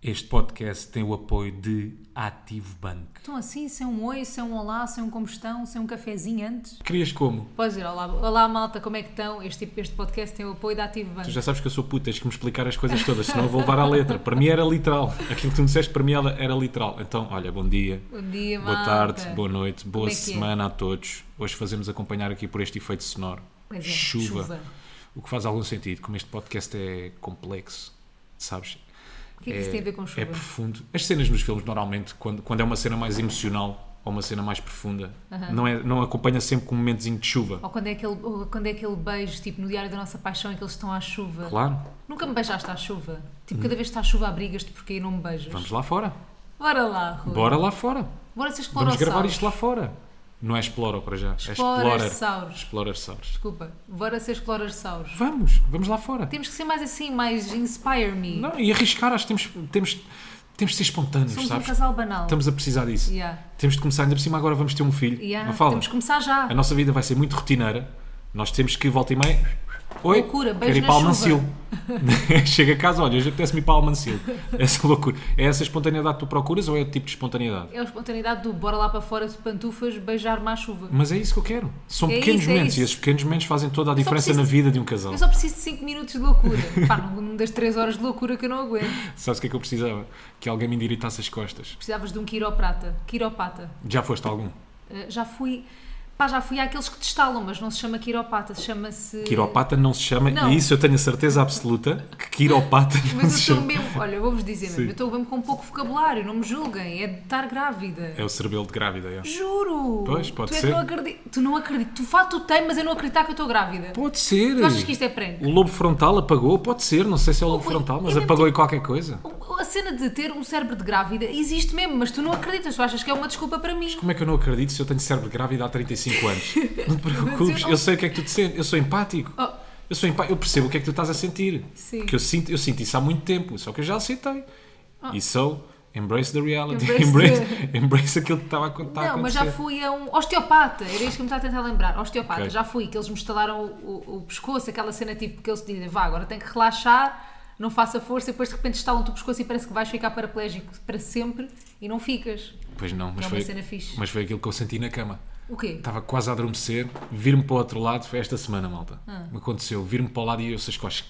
Este podcast tem o apoio de Ativo Banco. Estão assim, sem um oi, sem um olá, sem um combustão, sem um cafezinho antes? Querias como? Podes dizer, olá, olá malta, como é que estão? Este, tipo- este podcast tem o apoio da Ativo Banco. Tu já sabes que eu sou puto, tens que me explicar as coisas todas, senão eu vou levar à letra. Para mim era literal. Aquilo que tu me disseste para mim ela- era literal. Então, olha, bom dia, Bom dia, boa malta. tarde, boa noite, boa Como é que é? semana a todos. Hoje fazemos acompanhar aqui por este efeito sonoro. Pois é, chuva. chuva. O que faz algum sentido, como este podcast é complexo, sabes? O que é que isso tem a ver com chuva? É profundo. As cenas nos filmes, normalmente, quando, quando é uma cena mais emocional ou uma cena mais profunda, não, é, não acompanha sempre com um momentozinho de chuva. Ou quando é, aquele, ou quando é aquele beijo, tipo, no Diário da Nossa Paixão, em que eles estão à chuva. Claro, Hum. Nunca me beijaste à chuva. Tipo, cada vez que está à chuva, abrigas-te porque aí não me beijas. vamos lá fora. Bora lá, Rui. Bora lá fora. Bora ser explorar Vamos gravar isto lá fora. Não é Explora para já. É Explorer. Explorarsaurus. Explorer Saurs. Desculpa. Bora ser explorarsaurus. Vamos, vamos lá fora. Temos que ser mais assim, mais inspire me. Não, e arriscar, acho que temos, temos, temos de ser espontâneos, Somos um sabes? casal banal. Estamos a precisar disso. Yeah. Temos de começar, ainda por cima agora vamos ter um filho. Yeah. Não fala. É Temos que começar já. A nossa vida vai ser muito rotineira. Nós temos que volta e meia. Oi, Loucura, beijo quero ir na para chuva. Almancil. Chega a casa, olha, hoje apetece-me ir para Almancil. Essa loucura. É essa espontaneidade que tu procuras ou é o tipo de espontaneidade? É a espontaneidade do bora lá para fora de pantufas, beijar mais chuva. Mas é isso que eu quero. São É pequenos isso, é momentos e isso. esses pequenos momentos fazem toda a diferença preciso- na vida de um casal. Eu só preciso de 5 minutos de loucura. Pá, não me das 3 horas de loucura que eu não aguento. Sabes o que é que eu precisava? Que alguém me endireitasse as costas. Precisavas de um quiroprata. Quiropata. Já foste algum? Uh, já fui. Pá, já fui àqueles que te estalam, mas não se chama quiropata, se chama-se. Quiropata não se chama, Eh, Não. e isso eu tenho a certeza absoluta que quiropata não Mas eu se estou chama. mesmo. Olha, eu vou-vos dizer mesmo. Sim. Eu estou mesmo com um pouco vocabulário, não me julguem. É de estar grávida. É o cerebelo de grávida, é. Juro! Pois, pode tu é ser. que não acredito. Tu não acredito. Tu fatutei, mas eu não acreditar que eu estou grávida. Pode ser. Tu achas que isto é prank? O lobo frontal apagou, pode ser, não sei se é o lobo Ui, frontal, mas ainda apagou em qualquer coisa. A cena de ter um cérebro de grávida existe mesmo, mas tu não acreditas, tu achas que é uma desculpa para mim. Como é que eu não acredito se eu tenho cérebro grávido há 35 anos? Não te preocupes, não- é eu sei o que é que tu te sentes, eu sou empático. Oh. Eu sou empático, eu percebo o que é que tu estás a sentir. Sim. Porque eu sinto, eu sinto isso há muito tempo, só que eu já aceitei. E sou, embrace the reality, Oh. Embrace embrace, embrace aquilo que estava a contar. não, mas já fui a um osteopata, era isto que eu me estava a tentar lembrar. Osteopata, Ok. já fui, que eles me estalaram o, o- o pescoço, aquela cena tipo que eles te dizem, vá, agora tem que relaxar, não faça força, e depois de repente estalam-te o pescoço e parece que vais ficar paraplégico para sempre e não ficas. Pois não, mas, É uma foi, cena fixe. mas foi aquilo que eu senti na cama. O quê? Estava quase a adormecer, vir-me para o outro lado, foi esta semana, malta. Ah. Me aconteceu, vir-me para o lado e eu as costas.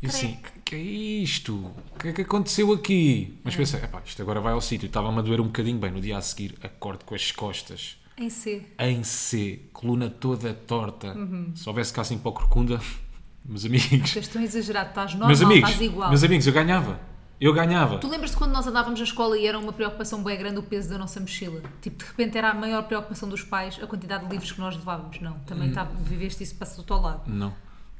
E eu assim, que, que é isto? O que é que aconteceu aqui? É. Mas pensei, epá, isto agora vai ao sítio. Estava-me a doer um bocadinho bem. No dia a seguir, acordo com as costas Em C. em C, coluna toda torta. Uhum. Se houvesse cá assim para o Corcunda, meus amigos, Vocês estão a exagerar, estás normal, meus amigos, estás igual. meus amigos, eu ganhava. Eu ganhava. Tu lembras-te quando nós andávamos na escola e era uma preocupação bem grande o peso da nossa mochila? Tipo, de repente era a maior preocupação dos pais a quantidade de livros que nós levávamos. Não, Hum. também tá- viveste isso, passou-te ao lado. Não,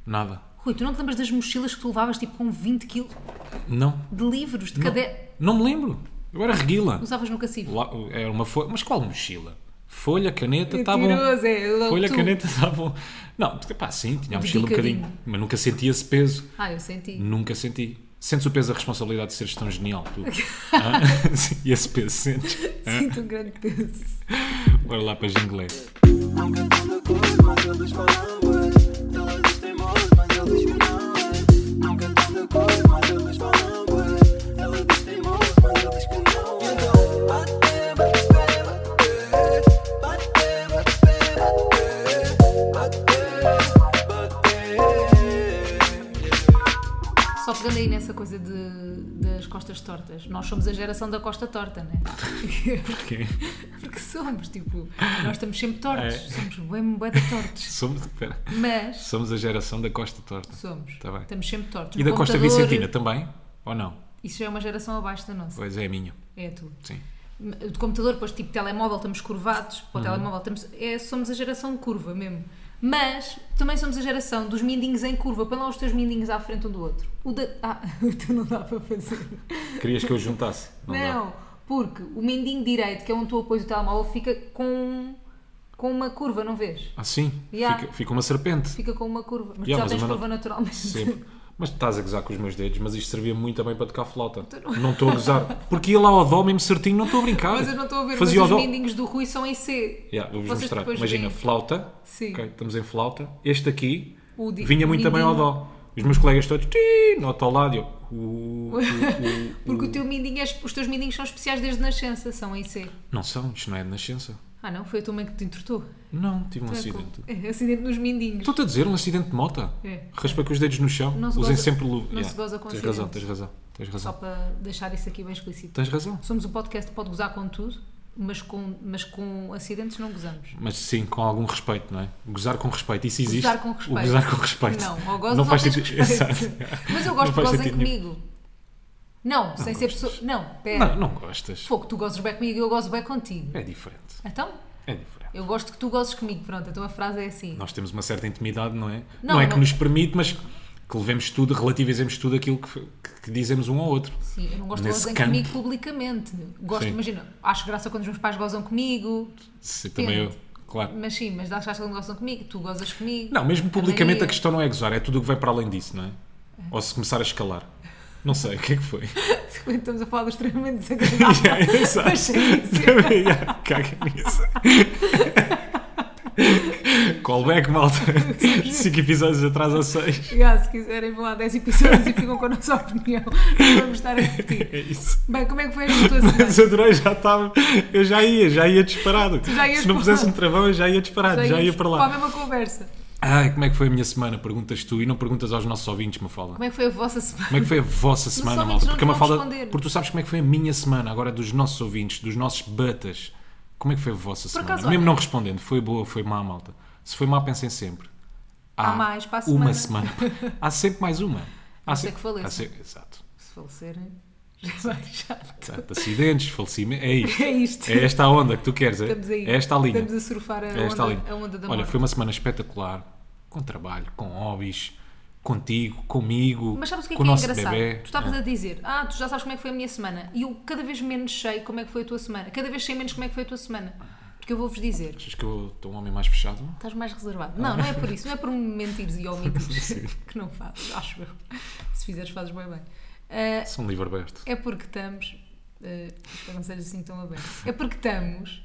nada. Rui, tu não te lembras das mochilas que tu levavas tipo com 20 quilos Não, de livros, de cadernos? não me lembro. Eu era reguila. Usavas no cacifo? Lá- era uma folha. Mas qual mochila? Folha, caneta, está bom. Mentiroso, é. logo um Folha, tu. caneta, está bom. Não, porque, pá, sim, tinha a mochila um Dedicadinho. bocadinho. Mas nunca senti esse peso. Ah, eu senti. Nunca senti. Sentes o peso da responsabilidade de seres tão genial, tu. Hã? Sim, esse peso sentes. Sinto um grande peso. Bora lá para inglês. Nunca tanta cor, mas eles falavam. Elas temores, mas eles cantavam. Nunca tanta cor, mas eles falavam. Elas temores, mas eles cantavam. Então, bate, bate, bate, bate, bate, bate, bate. Só pegando aí nessa coisa de, das costas tortas. Nós somos a geração da costa torta, né? Porquê? Porque somos, tipo, nós estamos sempre tortos. É. Somos bem, bem de tortos. Somos, espera, Mas. somos a geração da Costa Torta. Somos. Tá bem. Estamos sempre tortos. E No da Costa computador, Vicentina também? Ou não? Isso já é uma geração abaixo da nossa. Pois é, a minha. É a tua. Sim. De computador, depois tipo telemóvel, estamos curvados. Para o Uhum. telemóvel, estamos, é, somos a geração de curva mesmo. Mas também somos a geração dos mindinhos em curva. Põe lá os teus mindinhos à frente um do outro. O da. Ah, o teu não dá para fazer. Querias que eu juntasse? dá. Não, porque o mindinho direito, que é onde tu apoias o telemóvel, fica com, com uma curva, não vês? Ah, sim. Yeah. Fica, fica uma serpente. Fica com uma curva. Mas tu Yeah, já mas tens o meu não- curva naturalmente. Sempre. Mas estás a gozar com os meus dedos, mas isto servia muito também para tocar flauta. Não estou a gozar. Porque ia lá ao dó mesmo certinho, não estou a brincar. Mas eu não estou a ver, Fazia mas ao os dó. mindinhos do Rui são em C. Yeah, Vou-vos Vocês mostrar. depois Imagina, veem. flauta. Sim. Ok, estamos em flauta. Este aqui O di- vinha muito também ao mindinho. dó. Os meus colegas todos, "Ti", nota ao lado. e Eu, "Uh". o- o- o- Porque o teu mindinho é- os teus mindinhos são especiais desde nascença, são em C. Não são, isto não é de nascença. Ah não, foi a tua mãe que te entortou. Não, tive um Não é acidente. culpa. É, acidente nos mindinhos. Estou-te a dizer, um acidente de moto. É. Raspa com os dedos no chão. Não se Usem goza- sempre luva. não se goza com Tens razão, acidentes. tens razão. Tens Só razão. para deixar isso aqui bem explícito. Tens razão. Somos um podcast que pode gozar com tudo, mas com, mas com acidentes não gozamos. Mas sim, com algum respeito, não é? Gozar com respeito, isso existe. Gozar com respeito. O gozar com respeito. Não, ou gozas não, faz sentido. Mas eu gosto Não faz que gozem sentido nenhum. comigo. Não, sem ser gostas. pessoa. Não, pera. Não, não gostas. Fogo, tu gozes bem comigo e eu gozo bem contigo. É diferente. Então, É diferente. eu gosto que tu gozes comigo. Pronto, então a frase é assim. Nós temos uma certa intimidade, não é? Não, Não, é que não. nos permite, mas que levemos tudo, relativizemos tudo aquilo que, que- que dizemos um ao outro. Sim, eu não gosto que Nesse gozem campo. comigo publicamente. Gosto, Sim. imagina, acho graça quando os meus pais gozam comigo, Se também eu, claro. mas sim, mas acho graça quando gozam comigo, tu gozas comigo. Não, mesmo Também publicamente eu. a questão não é gozar, é tudo o que vai para além disso, não é? Ou se começar a escalar. Não sei, o que é que foi? Quando estamos a falar do extremamente desagradável. Yeah, exato. Mas sim, sim. Yeah, Caga nisso. Callback, malta. Cinco episódios atrás a seis. Yeah, se quiserem, vão lá 10 episódios e ficam com a nossa opinião. Não vamos estar a repetir. É isso. Bem, como é que foi esta tua semana? Mas adorei, já estava. Eu já ia, já ia disparado. já ias Se não para- pusesse um travão, eu já ia disparado, já, ia íamos para lá. a mesma conversa. Ai, como é que foi a minha semana? Perguntas tu e não perguntas aos nossos ouvintes, Mafalda. Como é que foi a vossa semana? Como é que foi a vossa semana, malta? ouvintes não Porque, a nos vão Mafalda, responder. porque tu sabes como é que foi a minha semana, agora dos nossos ouvintes, dos nossos batas. Como é que foi a vossa semana? acaso, Mesmo olha- não respondendo, foi boa, foi má, malta. Se foi má, pensem sempre. Há mais para a uma semana. semana. Há sempre mais uma. Há Não sei se- que faleça. há se- Exato. Se falecerem, já vai chato. Exato. Acidentes, falecimento. É isto. É isto. É esta a onda que tu queres. É, Estamos aí. é esta a linha. Estamos a surfar a, É esta a onda, linha. a onda da Olha, morte. foi uma semana espetacular. Com trabalho, com hobbies, contigo, comigo, Mas sabes o que é com que é o nosso engraçado? bebê. é. Tu estavas a dizer, ah, tu já sabes como é que foi a minha semana. E eu cada vez menos sei como é que foi a tua semana. Cada vez sei menos como é que foi a tua semana. Porque eu vou-vos dizer, Achas que eu estou um homem mais fechado? estás mais reservado. Não, não é por isso. Não é por mentires e omitires. que não fazes, acho eu. Se fizeres, fazes bem bem. Ah, São livre um aberto. é porque estamos... ah, espero não seja assim tão aberto. É porque estamos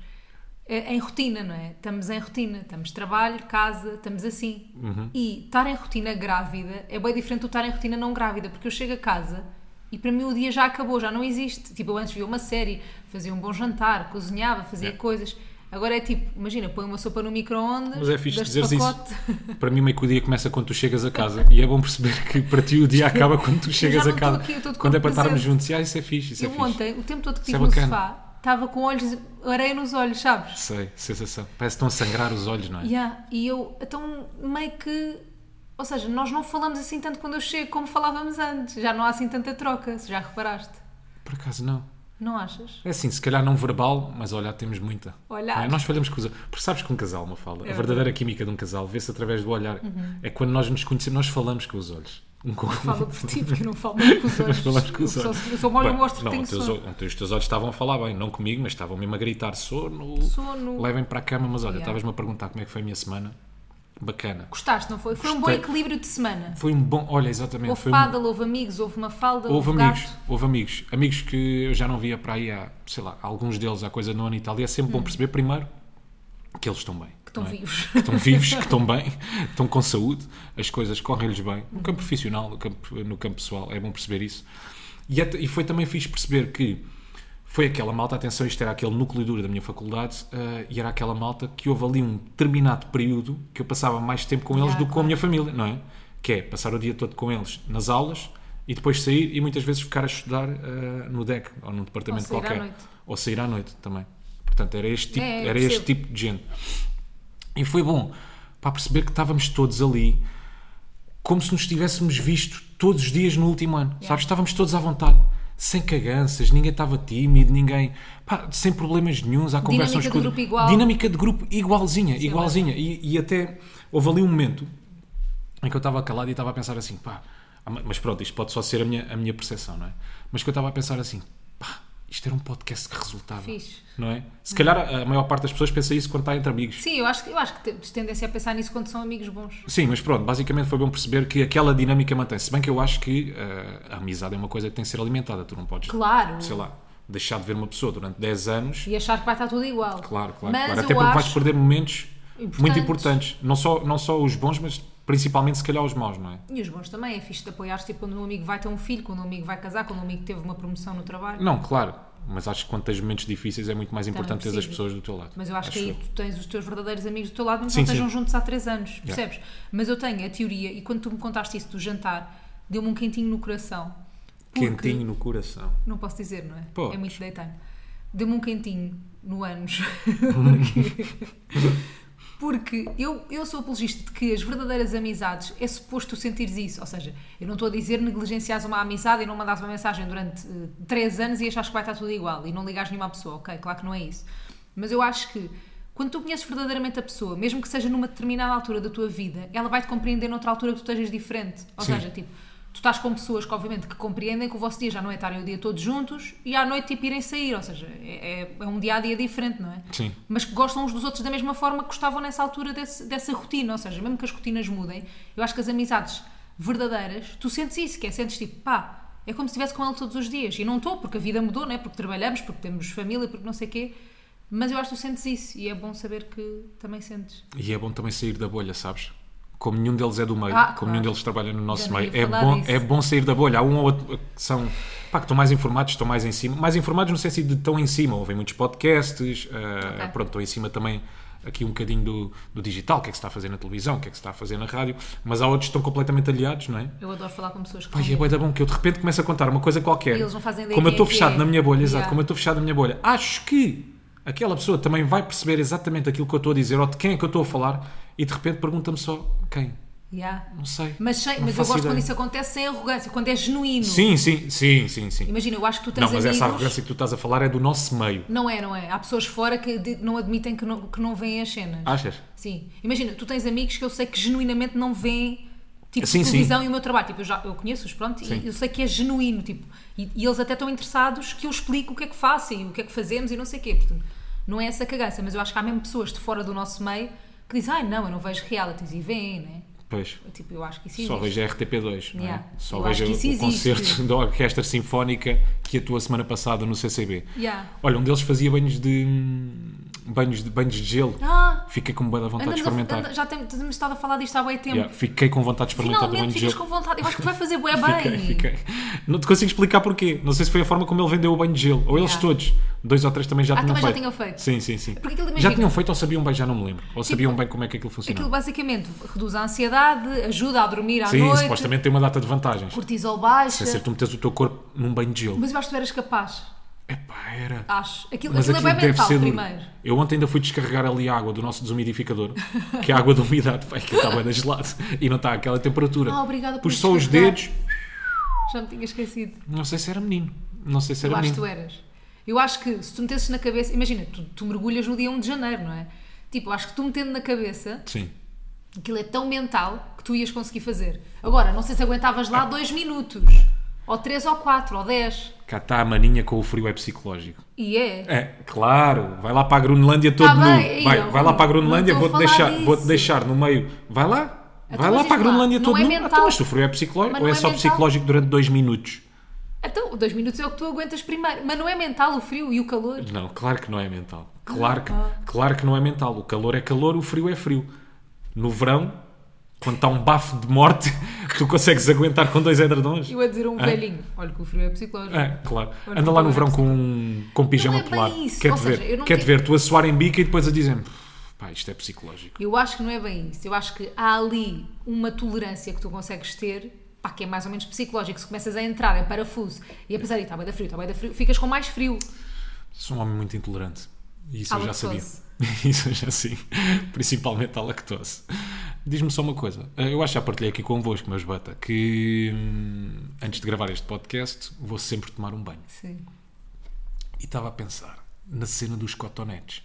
ah, em rotina, não é? Estamos em rotina. Estamos trabalho, casa, estamos assim. Uhum. E estar em rotina grávida é bem diferente do estar em rotina não grávida, porque eu chego a casa e para mim o dia já acabou, já não existe. Tipo, eu antes via uma série, fazia um bom jantar, cozinhava, fazia Yeah. coisas. Agora é tipo, imagina, põe uma sopa no micro-ondas, Mas é fixe dás-te dizeres pacote. Para mim, meio que o dia começa quando tu chegas a casa. E é bom perceber que para ti o dia acaba quando tu chegas já a não casa. estou aqui, eu estou de quando é para corpo estarmos presente. juntos. E, Ah, isso é fixe, isso Eu é fixe. ontem, o tempo todo que Isso é estive no bacana. sofá, estava com olhos, areia nos olhos, sabes? Sei, sensação. Parece que estão a sangrar os olhos, não é? Yeah, e eu, então, meio que. Ou seja, nós não falamos assim tanto quando eu chego como falávamos antes. Já não há assim tanta troca, se já reparaste. Por acaso não. Não achas? É assim, se calhar não verbal, mas olhar temos muita. Olhar. É Não é? Nós falhamos com os Porque sabes que um casal, uma fala, a verdade. Uhum. verdadeira química de um casal vê-se através do olhar. É quando nós nos conhecemos, nós falamos com os olhos. Um com o Fala por ti, porque eu não falo muito com os Nós olhos. falamos com os Eu só- olhos. Eu só molho e Bem, mostro que não, tenho os teus, sono. ol- ontem os teus olhos estavam a falar bem, não comigo, mas estavam mesmo a gritar sono, Sono. levem para a cama. Mas olha, Yeah. estavas-me a perguntar como é que foi a minha semana. Bacana. Gostaste, não foi? Foi um bom Gostei. equilíbrio de semana. Foi um bom. Olha, exatamente. Houve foi um- pádel, houve amigos, houve uma falda, Houve houve, amigos, gato. houve amigos. Amigos que eu já não via para aí há, sei lá, alguns deles há coisa no ano e tal. E é sempre bom perceber, primeiro, que eles estão bem. Hum. Que estão não é? vivos. Que estão vivos, que estão bem, estão com saúde, as coisas correm-lhes bem. No campo profissional, no campo, no campo pessoal, é bom perceber isso. E, é t- e foi também fixe perceber que foi aquela malta, atenção, isto era aquele núcleo duro da minha faculdade, eh, e era aquela malta que houve ali um determinado período que eu passava mais tempo com eles Yeah, do que com a minha família, não é? Que é passar o dia todo com eles nas aulas e depois sair e muitas vezes ficar a estudar eh, no DEC ou num departamento Ou sair à qualquer. noite. Ou sair à noite também. Portanto, era este tipo, É, eu era este percebo. tipo de gente. E foi bom para perceber que estávamos todos ali como se nos tivéssemos visto todos os dias no último ano. Sabes? Estávamos todos à vontade. Sem caganças, ninguém estava tímido, ninguém. pá, sem problemas nenhuns, há conversas Dinâmica de com- grupo igual. é Dinâmica de grupo igualzinha, igualzinha. E, e até houve ali um momento em É que eu estava calado e estava a pensar assim, pá, mas pronto, isto pode só ser a minha, a minha percepção, não é? Mas que eu estava a pensar assim, pá, isto era um podcast que resultava. Fixe. Não é? Se calhar a maior parte das pessoas pensa isso quando está entre amigos. Sim, eu acho, que- eu acho que temos tendência a pensar nisso quando são amigos bons. Sim, mas pronto, basicamente foi bom perceber que aquela dinâmica mantém-se. Se bem que eu acho que eh, a amizade é uma coisa que tem que ser alimentada, tu não podes, Claro. sei lá, deixar de ver uma pessoa durante 10 anos. E achar que vai estar tudo igual. Claro, claro, Mas claro. eu Até porque vais acho- perder momentos Importantes. muito importantes. Não só, não só os bons, mas Principalmente, se calhar, os maus, não é? E os bons também, é fixe de apoiares, tipo, quando um amigo vai ter um filho, quando um amigo vai casar, quando um amigo teve uma promoção no trabalho. Não, claro. Mas acho que quando tens momentos difíceis é muito mais importante teres as preciso. pessoas do teu lado. Tá, Mas eu acho, que aí eu. tu tens os teus verdadeiros amigos do teu lado, mas Sim, não estejam sim. juntos há três anos, percebes? Mas eu tenho a teoria, e quando tu me contaste isso do jantar, deu-me um quentinho no coração. Porque- Quentinho no coração. Não posso dizer, não é? Podes. É muito daytime. Deu-me um quentinho no ânus. Porquê? Porque eu, eu sou apologista de que as verdadeiras amizades é suposto tu sentires isso. Ou seja, eu não estou a dizer negligenciares uma amizade e não mandares uma mensagem durante eh, três anos e achas que vai estar tudo igual e não ligares nenhuma pessoa. Ok, claro que não é isso. Mas eu acho que quando tu conheces verdadeiramente a pessoa, mesmo que seja numa determinada altura da tua vida, ela vai te compreender noutra altura que tu estejas diferente. Ou Sim. seja, Tipo, tu estás com pessoas que, obviamente, que compreendem que o vosso dia já não é estarem o dia todos juntos e à noite, tipo, irem sair. Ou seja, é, é- é um dia a dia diferente, não é? Sim. Mas que gostam uns dos outros da mesma forma que gostavam nessa altura desse- dessa rotina. Ou seja, mesmo que as rotinas mudem, eu acho que as amizades verdadeiras, tu sentes isso, que é, sentes tipo, pá, é como se estivesse com ele todos os dias. E não estou, porque a vida mudou, não é? Porque trabalhamos, porque temos família, porque não sei o quê. Mas eu acho que tu sentes isso e é bom saber que também sentes. E é bom também sair da bolha, sabes? Como nenhum deles é do meio, Ah, como claro. nenhum deles trabalha no nosso não ia meio, é falar bom, disso. é bom sair da bolha. Há um ou outro que são pá, que estão mais informados, estão mais em cima. Mais informados no sentido de estão em cima, ouvem muitos podcasts, ah, Ok. pronto, estão em cima também aqui um bocadinho do, do digital, o que é que se está a fazer na televisão, o que é que se está a fazer na rádio, mas há outros que estão completamente aliados, não é? Eu adoro falar com pessoas que Pai, não é bué da bom que eu de repente começo a contar uma coisa qualquer. E eles não fazem ideia Como eu quem é estou que fechado é. na minha bolha, exato, Yeah. como eu estou fechado na minha bolha, acho que aquela pessoa também vai perceber exatamente aquilo que eu estou a dizer ou de quem é que eu estou a falar e de repente pergunta-me só quem? Yeah. Não sei. Mas, sem, Não mas eu faço gosto ideia. quando isso acontece sem arrogância, quando é genuíno. Sim, sim, sim, sim, sim. Imagina, eu acho que tu tens Não, mas amigos. essa arrogância que tu estás a falar é do nosso meio. Não é, não é. Há pessoas fora que de- não admitem que não, que não veem as cenas. Achas? Sim. Imagina, tu tens amigos que eu sei que genuinamente não veem tipo Sim, sim. televisão e o meu trabalho. Tipo, eu já eu conheço-os, pronto, Sim. e eu sei que é genuíno, tipo, e, e eles até estão interessados que eu explico o que é que faço e o que é que fazemos e não sei o quê. Portanto, não é essa cagaça, mas eu acho que há mesmo pessoas de fora do nosso meio que dizem, ai não, eu não vejo realities e veem, né? Pois. Tipo, eu acho que isso Só existe. vejo a RTP2, não é? Yeah. Só Eu vejo acho que isso o existe. concerto da Orquestra Sinfónica que atuou semana passada no CCB. Yeah. Olha, um deles fazia banhos de hum, banhos de banhos de gelo. Ah, Fiquei com boa da vontade de Andamos a- experimentar. anda- já tem- temos estado a falar disto há bem tempo. Yeah, tá fiquei com vontade de experimentar Finalmente o banho de ficas gelo. com vontade. Eu acho que te vai fazer bué bem. Fiquei, fiquei. Não te consigo explicar porquê. Não sei se foi a forma como ele vendeu o banho de gelo. Ou eles Yeah. todos. Dois ou três também já Ah, tinham também já feito. tinham feito. Sim, sim, sim. Porque aquilo Já imagina- tinham feito ou sabiam bem, já não me lembro. Ou sabiam bem como é que aquilo Aquilo funcionava. basicamente reduz a ansiedade, ajuda a dormir à Sim, noite, supostamente tem uma data de vantagens. cortisol baixa. Sem ser tu meteres o teu corpo num banho de gelo. Mas eu acho que tu eras capaz, Epá, era. acho. Aquilo, Mas Ah, aquilo aquilo, é bem deve mental ser um duro. primeiro. Eu ontem ainda fui descarregar ali a água do nosso desumidificador, que é a água de umidade, vai, que está bem gelado e não está àquela temperatura. Ah, obrigada por Pus só os descarregar. dedos, Já me tinha esquecido. não sei se era menino, não sei se Eu era acho que menino. tu eras. Eu acho que se tu metesses na cabeça, imagina, tu, tu mergulhas no dia 1 de janeiro, não é? Tipo, acho que tu metendo na cabeça, Sim. aquilo é tão mental que tu ias conseguir fazer. Agora, não sei se aguentavas lá dois minutos, ou três ou quatro ou dez Cá está a maninha com o frio é psicológico. E é. É, claro, vai lá para a Grunlândia todo Tá nu. bem, aí, Vai, ó, vai lá para a não Grunlândia, estou a vou-te falar deixar, disso. vou-te deixar no meio. Vai lá. Então, Vai mas lá diz para a lá, Grunlândia não todo é nu. mental? Ah, então, mas o frio é psicológico Mas ou não é é só mental? psicológico durante dois minutos? Então, dois minutos é o que tu aguentas primeiro. Mas não é mental o frio e o calor? Não, claro que não é mental. Claro que, claro que não é mental. O calor é calor, o frio é frio. No verão, quando está um bafo de morte, tu consegues aguentar com dois edredons. Eu a dizer a um velhinho, olha que o frio é psicológico. É, claro. Quando Anda lá no o verão calor é com, um- com um pijama Não é bem polar. isso. Quer-te Ou ver, seja, eu não quer te tenho- ver, tu a suar em bica e depois a dizer pá, isto é psicológico. Eu acho que não é bem isso. Eu acho que há ali uma tolerância que tu consegues ter, pá, que é mais ou menos psicológico. Se começas a entrar em parafuso e a pensar, está bem da frio, está bem da frio, ficas com mais frio. Sou um homem muito intolerante. E Isso À eu já sabia. lactose. Isso eu já sei. Principalmente à lactose. Diz-me só uma coisa. Eh, Eu acho que já partilhei aqui convosco, meus bata, que hum, antes de gravar este podcast vou sempre tomar um banho. Sim. E estava a pensar na cena dos cotonetes.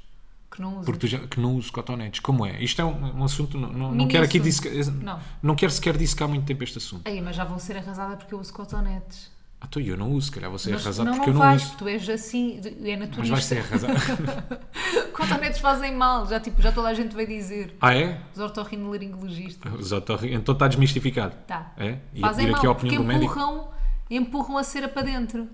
Que não uso. Porque tu já, que não uso cotonetes. Como é? Isto é um, um assunto. Não, não, não Mini quero aqui assunto. dissecar. Não. Não. quero sequer dissecar muito tempo este assunto. Aí, mas já vou ser arrasada porque eu uso cotonetes. Ah, então eu não uso, se calhar vou ser Mas arrasado não, porque eu não não vais, uso. tu és assim, de- é Mas vais naturista. ser arrasado. Cotonetes fazem mal, já, tipo, já toda a gente vai dizer. ah, é? Os ortorrinolaringologistas. Os otorri- Então está desmistificado. Tá. É? E Fazem pedir mal, aqui a opinião porque do médico. empurram, empurram a cera para dentro.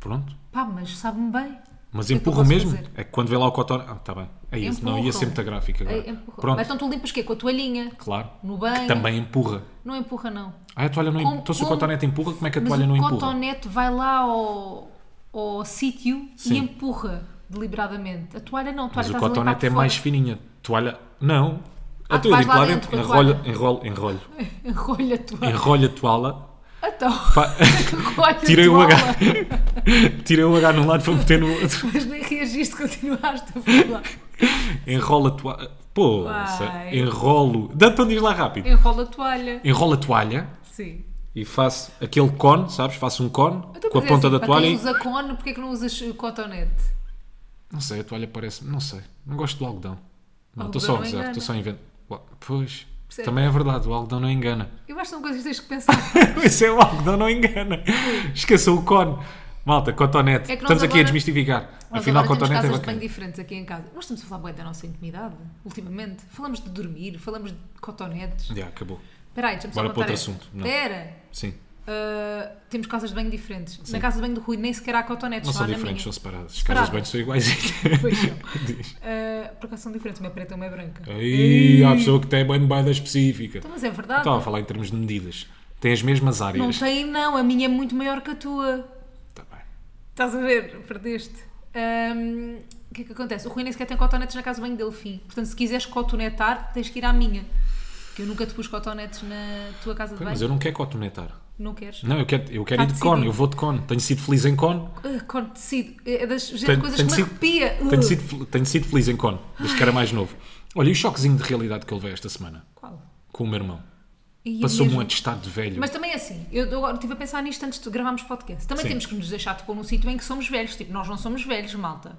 Pronto. Pá, mas sabe-me bem. Mas que é que eu empurram posso mesmo? fazer? É que quando vê lá o cotone. Ah, tá bem. É isso. Não, ia Empurram. ser muito gráfico agora. Aí É, empurra. Pronto, Mas é. então tu limpas o quê? Com a toalhinha? claro. No banho? Também empurra. Não empurra, não. Ah, a toalha não empurra. Como- Então se o como- cotonete empurra, como é que a Mas toalha não o empurra? cotonete vai lá ao, ao sítio Sim. e empurra deliberadamente. A toalha não. A Mas o toalha estás a limpar cotonete por é mais fora. fininha. Toalha. Não. um Ah, a tu tua vais digo lá lá dentro. dentro com a Enrolho, toalha. enrolho, enrolho. Enrolha a toalha. Enrolho a toalha. Então, Fa- enrolha a Tirei o toalha. H. Tirei o H num lado para meter no outro. Mas nem reagiste, continuaste a falar. Enrola a toalha. Pô, é- Vai. enrolo. Dá- Então diz lá rápido. Enrola a toalha. Enrola a toalha Sim. e faço aquele cone, sabes? Faço um cone Então, com a mas é ponta assim, da toalha e. Para quem usa cone, porquê é que não usas eh, cotonete? Não sei, a toalha parece. Não sei. Não gosto do algodão. Não, estou Algodão só a não gozar, engana. estou só a inventar. Ué, Pois. Percebe? Também é verdade, o algodão não engana. Eu acho que são coisas que tens que pensar. Isso é o algodão, não engana. Esqueçam o cone. Malta, cotonete. É que nós Estamos aqui a agora- desmistificar. Nós Afinal, agora temos cotonete é casas de banho bacana. diferentes aqui em casa. Nós estamos a falar bem da nossa intimidade, ultimamente. Falamos de dormir, falamos de cotonetes. Já, acabou. Espera aí, deixa-me só Bora para contar outro esta. assunto, não. Espera. Sim. Ah, temos casas de banho diferentes. Na casa de banho do Rui nem sequer há cotonetes. Não só são há na diferentes, são minha. separadas. As casas Separadas. de banho são iguais. Pois são. Diz. Ah, por acaso são diferentes, uma é preta e uma é branca. Aí, há pessoa que tem banho baida específica. Então, mas é verdade. Estava a falar em termos de medidas. Tem as mesmas não áreas. tem, não. A minha é muito maior que a tua. Tá bem. Estás a ver? Perdeste. Ahm, O que é que acontece? O Rui nem sequer tem cotonetes na casa de banho dele, fim. Portanto, se quiseres cotonetar, tens que ir à minha. Que eu nunca te pus cotonetes na tua casa de Pois, banho. Mas eu não quero cotonetar. Não queres? Não, eu quero, eu quero Tá ir de cone. decidido. Eu vou de cone. Tenho sido feliz em cone. Ah, Corte de tecido. É das Tenho- tenho coisas que me sido- arrepia. Uh, Tenho Ugh. sido, fel- tenho sido feliz em cone. Desde que era mais novo. Olha, e o choquezinho de realidade que ele veio esta semana? Qual? Com o meu irmão. E é Passou-me um mesmo. atestado de velho. Mas também é assim, eu eu agora estive a pensar nisto antes de gravarmos podcast. Também Sim. temos que nos deixar de pôr num sítio em que somos velhos. Tipo, nós não somos velhos, malta.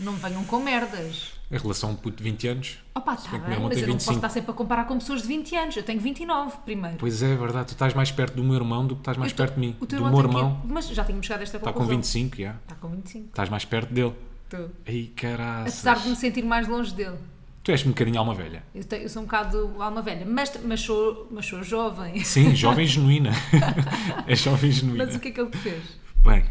Não me venham com merdas. Em relação a um puto de 20 anos. Opa, bem que tá bem, meu irmão mas tem eu não 25. posso estar sempre a comparar com pessoas de 20 anos. Eu tenho 29 primeiro. Pois é, é verdade. Tu estás mais perto do meu irmão do que estás mais Eu tô- perto de mim. O teu do meu tem irmão que- Mas já tínhamos chegado a esta está conclusão. com 25, já. Está com 25. Estás mais perto dele. Tô. Ai, caraças. Apesar de me sentir mais longe dele. Tu és um bocadinho alma velha. Eu, te- eu sou um bocado alma velha, mas, mas, sou, mas sou jovem. Sim, jovem genuína. é jovem genuína. Mas o que é que ele te fez? Bem,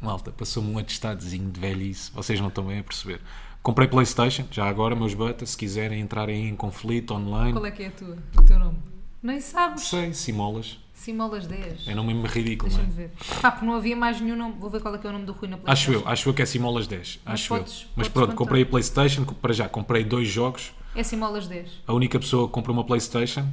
malta, passou-me um atestadozinho de velhice. Vocês não estão bem a perceber. Comprei Playstation, já agora, meus beta, se quiserem entrarem em conflito online. Qual é que é a tua, o teu nome? Nem sabes. Sei, Simolas. Simolas 10. É nome mesmo ridículo, não Deixa-me é? ver. Pá, porque não havia mais nenhum nome. Vou ver qual é que é o nome do Rui na Acho PlayStation. eu, acho eu que é Simolas 10. Mas acho podes- eu. Mas podes pronto, contar. comprei a Playstation, co- para já comprei dois jogos. É Simolas 10. A única pessoa que comprou uma Playstation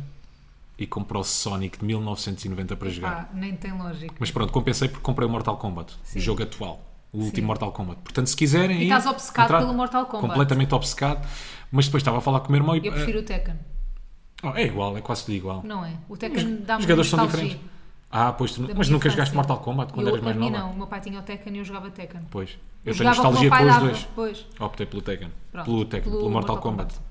e comprou Sonic de 1990 para jogar. Pá, nem tem lógica. Mas pronto, compensei porque comprei o Mortal Kombat, Sim. o jogo atual, o último Mortal Kombat. Portanto, se quiserem. ir, Ficas obcecado pelo Mortal Kombat. Completamente é. obcecado. Mas depois estava a falar com o meu irmão e. Eu prefiro o Tekken. Ah, é igual, é quase tudo igual. Não é? O Tekken dá-me Os jogadores são nostalgia. diferentes. Ah, pois tu. da Mas minha nunca jogaste infância. Mortal Kombat quando é eu, eras mais a mim nova? não. O meu pai tinha o Tekken e eu jogava Tekken. Pois. Eu Eu tenho jogava o que nostalgia o meu com pai os dava. dois. Pois. Optei pelo Tekken. Pronto, pelo Tekken, pelo, Mortal, Kombat. Kombat.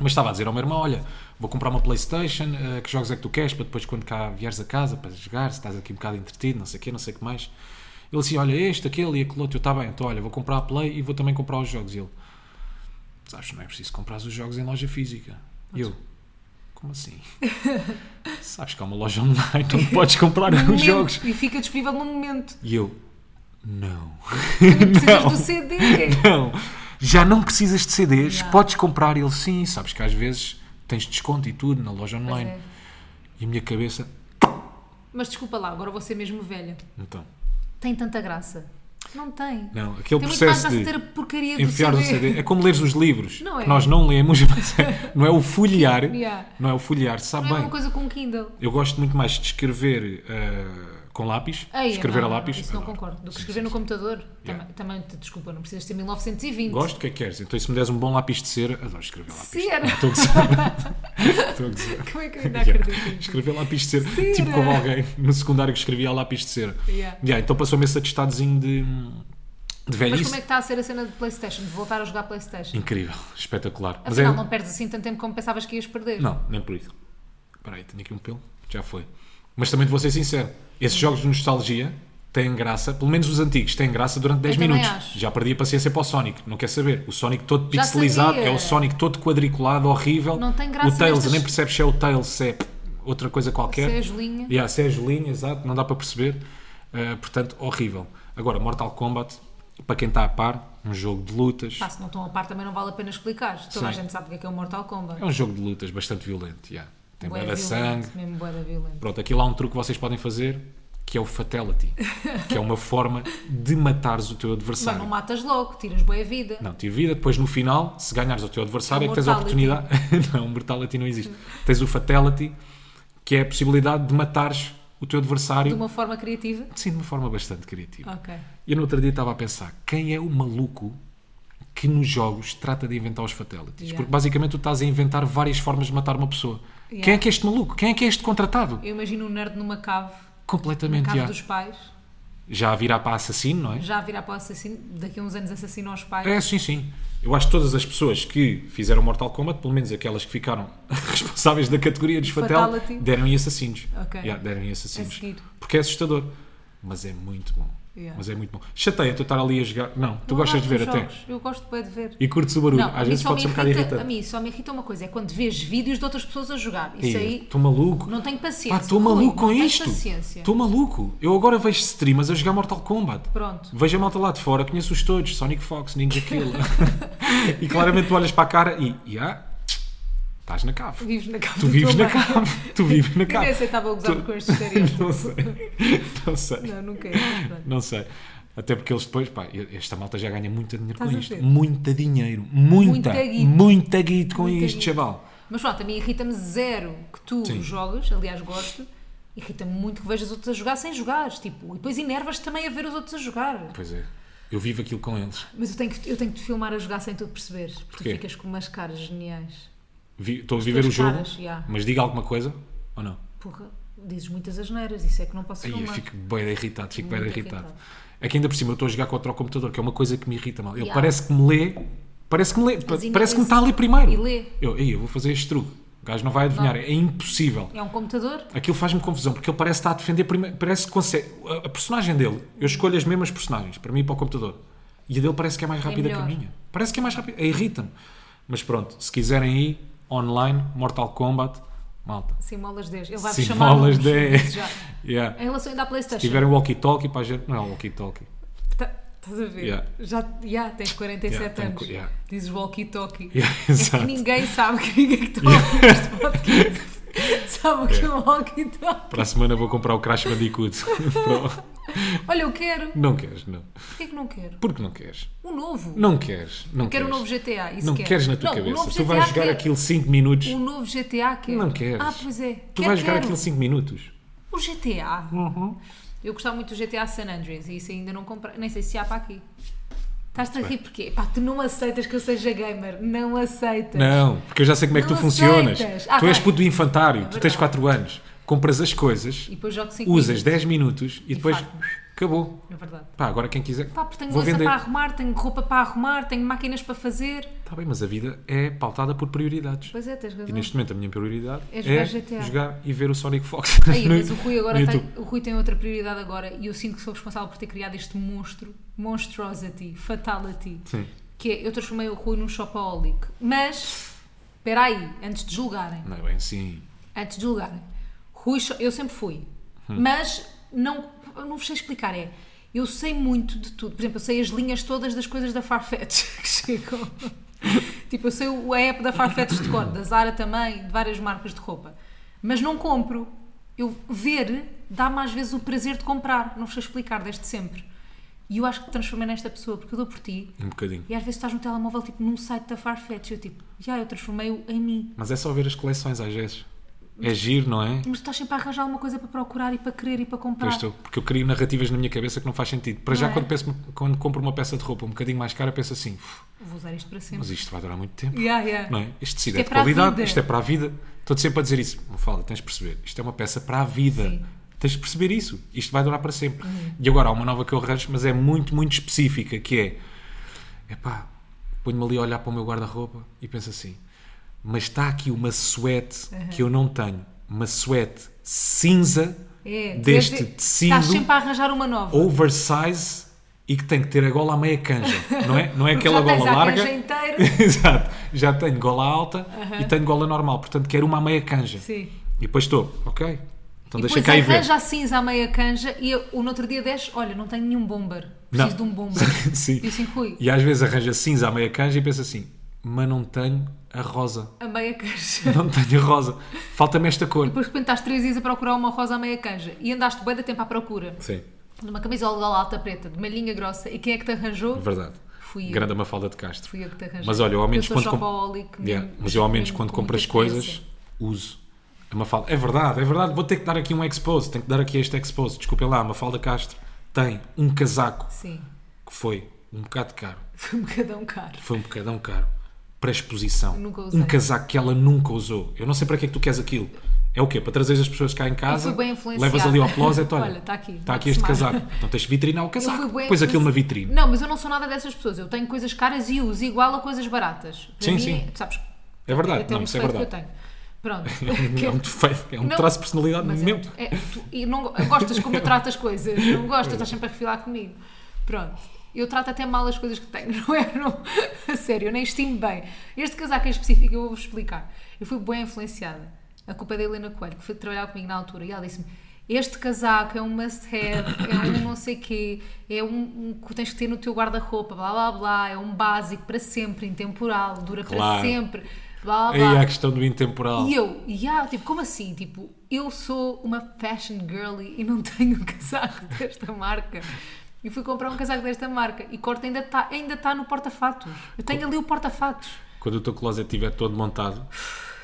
Mas estava a dizer ao meu irmão: olha, vou comprar uma Playstation, eh, que jogos é que tu queres para depois quando cá vieres a casa para jogar, se estás aqui um bocado entretido, não sei o quê, não sei o que mais. Ele assim: olha, este, aquele e aquele outro, eu está bem, então olha, vou comprar a Play e vou também comprar os jogos. E ele: sabes, não é preciso comprar os jogos em loja física. E eu: como assim? sabes que há uma loja online onde podes comprar No os Um momento, jogos. E fica disponível no momento. E eu: não. Nem precisas do CD. Não, já não precisas de CDs, Já. podes comprar ele sim, sabes que às vezes tens desconto e tudo na loja Pois online. é. E a minha cabeça, Mas desculpa lá, agora vou ser mesmo velha. então, Tem tanta graça. Não tem. não, aquele tem muito mais processo graça de ter a porcaria do enfiar CD. o CD, é como leres os livros, Não que é. nós não lemos, mas é- não é o folhear, Yeah. não é o folhear, sabe Não é bem. uma coisa com Kindle. Eu gosto muito mais de escrever ah, com lápis, Ei, escrever é não, a não, lápis. Isso não adoro. concordo. Do que Sim, escrever sim, no sim. computador. Yeah. Também, também te desculpa, não precisas ter 1920. Gosto, o que é que queres? Então, e se me deres um bom lápis de cera, adoro escrever lápis. Se era. Estou a gozar. Estou a gozar. Como é que eu ainda Yeah. acredito? nisto? Escrever lápis de cera. Cera. Tipo como alguém no secundário que escrevia a lápis de cera. Yeah. Yeah, então passou-me esse atestadozinho de, de Mas velhice. como é que está a ser a cena de Playstation? De voltar a jogar Playstation? Incrível, espetacular. Mas Afinal, é- não perdes assim tanto tempo como pensavas que ias perder. Não, nem por isso. Espera aí, tenho aqui um pelo. Já foi. Mas também te vou ser sincero. Esses jogos de nostalgia têm graça, pelo menos os antigos, têm graça durante 10 Eu também minutos. acho. Já perdi a paciência para o Sonic, não quer saber. O Sonic todo Já pixelizado, sabia. é o Sonic todo quadriculado, horrível. Não tem graça O Tails, nestas- nem percebes se é o Tails, se é outra coisa qualquer. Se é a Julinha. Yeah, Eh, se é a Julinha, exato, não dá para perceber. Uh, portanto, horrível. Agora, Mortal Kombat, para quem está a par, um jogo de lutas. Pá, se não estão a par também não vale a pena explicar. Toda a Sim. gente sabe o que é que é o Mortal Kombat. É um jogo de lutas bastante violento, já. Tem Bué bué da violento, sangue. Mesmo bué da violento. Pronto, aquilo há um truque que vocês podem fazer, que é o fatality, que é uma forma de matares o teu Mas adversário. não matas logo, tiras boa vida. Não, tive vida, depois no final, se ganhares o teu adversário, É é, um que tens a oportunidade. não, o Mortality não existe. Tens o Fatality, que é a possibilidade de matares o teu adversário. De uma forma criativa. Sim, de uma forma bastante criativa. Ok. E Eu no outro dia estava a pensar: quem é o maluco que nos jogos trata de inventar os Fatalities? Yeah. Porque basicamente tu estás a inventar várias formas de matar uma pessoa. Yeah. Quem é que é este maluco? Quem é que é este contratado? Eu imagino um nerd numa cave, Completamente. cave já. dos pais, já a virar para assassino, não é? já a virar para o assassino, daqui a uns anos assassina os pais. É, sim, sim. Eu acho que todas as pessoas que fizeram Mortal Kombat, pelo menos aquelas que ficaram responsáveis da categoria dos Fatal, Fatality. deram-em assassinos. Ok. Yeah, deram-em A assassinos. seguir. Porque é assustador. Mas é muito bom. Yeah. Mas é muito bom. Chateia tu estar ali a jogar. Não, tu Não gostas gosto de ver dos até. jogos, Eu gosto bem de ver. E curtes o barulho. Não, a Às mim vezes só pode me ser um bocado irrita- irritante. A mim só me irrita uma coisa, é quando vês vídeos de outras pessoas a jogar. Isso Ih, aí... Estou maluco. Não tenho paciência. Pá, estou Rui, Ah, maluco com não tenho isto. paciência. Estou maluco. Eu agora vejo streamers a jogar Mortal Kombat. Pronto. Vejo a malta lá de fora, conheço-os todos. Sonic Fox, Ninja Killer. e claramente tu olhas para a cara e... Yeah, estás na cave. Vives na cave Tu da vives tua na mãe. cave. Tu vives na Eu nem cave. aceitava é gozar Tu- com este estereótipo. Não sei. Não sei. Não, nunca. mas pronto. Não sei. Até porque eles depois, pá, esta malta já ganha muito dinheiro Estás com a isto. ver? Muita dinheiro. Muita. Muita guita. Muita guita com Muita isto, guita. chaval. Mas pronto, a mim irrita-me zero que tu Sim. jogas, aliás gosto, irrita-me muito que vejas outros a jogar sem jogares, tipo, e depois enervas também a ver os outros a jogar. Pois é. Eu vivo aquilo com eles. Mas eu tenho que, eu tenho que te filmar a jogar sem tu perceberes, porque Porquê? tu ficas com umas caras geniais. Vi- Estou a viver o tuas jogo, caras, já. mas diga alguma coisa ou não? Porra, dizes muitas asneiras, isso é que não posso Aí eu filmar. fico bem irritado, fico bem Muito irritado. irritado. É que ainda por cima eu estou a jogar contra o computador, que é uma coisa que me irrita mal. Ele Ya. parece que me lê, parece que me lê, pa- ainda parece que me lê-se. está a ler primeiro. E lê. Eu, "Ei, eu vou fazer este truque. O gajo não vai adivinhar, é impossível. É um computador? Aquilo faz-me confusão, porque ele parece estar a defender primeiro, parece que consegue. A, a personagem dele, eu escolho as mesmas personagens, para mim e para o computador. E a dele parece que é mais rápida que a melhor. minha. Parece que é mais rápida, irrita-me. Mas pronto, se quiserem ir, online, Mortal Kombat, malta. Simolas 10. Ele vai Sim, chamar molas nomes, de- digo-te já. Yeah. Em relação ainda à Playstation. Se tiverem walkie-talkie, para a gente. Não é walkie-talkie. Tá- Estás a ver? Yeah. Já, já tens 47 Yeah, tenho anos. cu- yeah. Dizes walkie-talkie. Yeah, é que exato. ninguém sabe quem é que está a ouvir este podcast. sabe o que é um walkie-talkie. Para a semana vou comprar o Crash Bandicoot. Pronto. Olha, eu quero. não queres, não. Porquê que não quero? Porque não queres? Um novo. Não queres. Não eu quero um queres. novo GTA. Isso Não quero. queres na tua Não, um cabeça. novo Tu vais GTA jogar quero. aquilo 5 minutos. Um novo GTA quero. Não queres. Ah, pois é. Tu quero, vais jogar quero. aquilo Uhum. 5 minutos. O GTA. Eu gostava muito do GTA San Andreas e isso ainda não comprei. Nem sei se há para aqui. Estás-te a rir porquê? Pá, tu não aceitas que eu seja gamer. Não aceitas. Não, porque eu já sei como é que Não tu funcionas. aceitas. Ah, tu és bem. puto do infantário, tu tens verdade. 4 anos, compras as coisas, E depois jogo 5 usas 10 minutos e depois fazes. acabou. É verdade. Pá, agora quem quiser. Pá, porque tenho vou louça vender. para arrumar, tenho roupa para arrumar, tenho máquinas para fazer. Está Tá bem, mas a vida é pautada por prioridades. Pois é, tens razão. E neste momento a minha prioridade É é jogar jogar, GTA. e ver o Sonic Fox. Aí, no- mas o Rui agora no tem, YouTube. o Rui tem outra prioridade agora e eu sinto que sou responsável por ter criado este monstro, monstrosity, fatality, Sim. que é, eu transformei o Rui num shopaholic. Mas, espera aí, antes de julgarem, Não é bem assim. antes de julgarem, Rui, sho- eu sempre fui, mas não, eu não vos sei explicar, é, eu sei muito de tudo, por exemplo, eu sei as linhas todas das coisas da Farfetch que chegam. Tipo, eu sei o- a app da Farfetch de cor, da Zara também, de várias marcas de roupa. Mas não compro. Eu ver dá-me às vezes o prazer de comprar. Não vos sei explicar, desde sempre. E eu acho que te transformei nesta pessoa, porque eu dou por ti. Um bocadinho. E às vezes estás no telemóvel, tipo, num site da Farfetch. Eu tipo, já, eu transformei-o em mim. Mas é só ver as coleções às vezes. É giro, não é? Mas tu estás sempre a arranjar alguma coisa para procurar e para querer e para comprar. Pois estou, porque eu crio narrativas na minha cabeça que não faz sentido. Para já, Ah. é? quando, penso, quando compro uma peça de roupa um bocadinho mais cara, penso assim: "Uf, Vou usar isto para sempre. mas isto vai durar muito tempo. Yeah, yeah. Não é? Este tecido Isto é é de para a qualidade, vida. isto é para a vida. Estou-te sempre a dizer isso. Fala, tens de perceber. Isto é uma peça para a vida. Sim. Uhum. Tens de perceber isso. Isto vai durar para sempre. E agora há uma nova que eu arranjo, mas é muito, muito específica, que é... Epá, ponho-me ali a olhar para o meu guarda-roupa e penso assim... Mas está aqui uma suete Uhum. que eu não tenho. Uma suete cinza É, tu és deste de- tecido Estás sempre a arranjar uma nova. oversize e que tem que ter a gola à meia canja. Não é, não é Porque aquela já tens gola a canja larga... inteira. Exato. Já tenho gola alta e tenho gola normal, portanto quero uma à meia canja. Sim. E depois estou, ok, Então e deixa depois cá e ver. arranja a cinza à meia canja e eu, o no outro dia desce, olha, não tenho nenhum bomber. Preciso Não. de um bomber. Sim. E assim, Rui, E às vezes arranja cinza à meia canja e pensa assim, mas não tenho a rosa. a meia canja. Não tenho a rosa. Falta-me esta cor. Depois de repente estás três dias a procurar uma rosa à meia canja e andaste bem da tempo à procura Sim, de uma camisola alta preta, de uma linha grossa. E quem é que te arranjou? verdade. Fui eu. Grande Mafalda de Castro. Fui eu que te arranjei. Mas olha, eu ao menos eu sou quando comp- shopaholic, Yeah, mesmo- Mas eu ao menos mesmo quando com compro as muita coisas, experiência. uso. A Mafalda. É verdade, é verdade. Vou ter que dar aqui um expose. Tenho que dar aqui este expose. Desculpem lá, a Mafalda Castro tem um casaco Sim, que foi um bocado caro. foi um bocadão caro. Foi um bocadão caro. Para exposição. Nunca usei. um casaco que ela nunca usou. Eu não sei para que é que tu queres aquilo. É o quê? Para trazer as pessoas cá em casa? Eu fui bem influenciada. Levas ali ao closet, olha. Olha, está aqui. Está Vai aqui este tomar. casaco. Então tens de vitrinar o Eu casaco. fui bué Pôs aquilo na influenci- vitrine. Não, mas eu não sou nada dessas pessoas. Eu tenho coisas caras e uso igual a coisas baratas. Para Sim, mim, sim. tu sabes? É verdade. até Não, um isso é defeito verdade. Que eu tenho. Pronto. É um, defeito, é um Não, traço de personalidade Mas é- meu. é, tu- e não go- gostas como eu trato as coisas. Não É. gostas, estás sempre a refilar comigo. Pronto. Eu trato até mal as coisas que tenho, não é? Não, a sério, eu nem estimo bem. Este casaco em específico, eu vou-vos explicar. Eu fui bem influenciada. A culpa é da Helena Coelho, que foi trabalhar comigo na altura, e ela disse-me: Este casaco é um must-have, é um não sei quê, é um, um que tens que ter no teu guarda-roupa, blá blá blá, é um básico para sempre, intemporal, dura para Claro. sempre, blá blá Aí blá. há a questão do intemporal. Ah, E eu, yeah, tipo, como assim? Tipo, eu sou uma fashion girly e não tenho um casaco desta marca. E fui comprar um casaco desta marca e corta ainda está ainda tá no porta-fatos. Eu tenho ali o porta-fatos. Quando o teu closet estiver todo montado,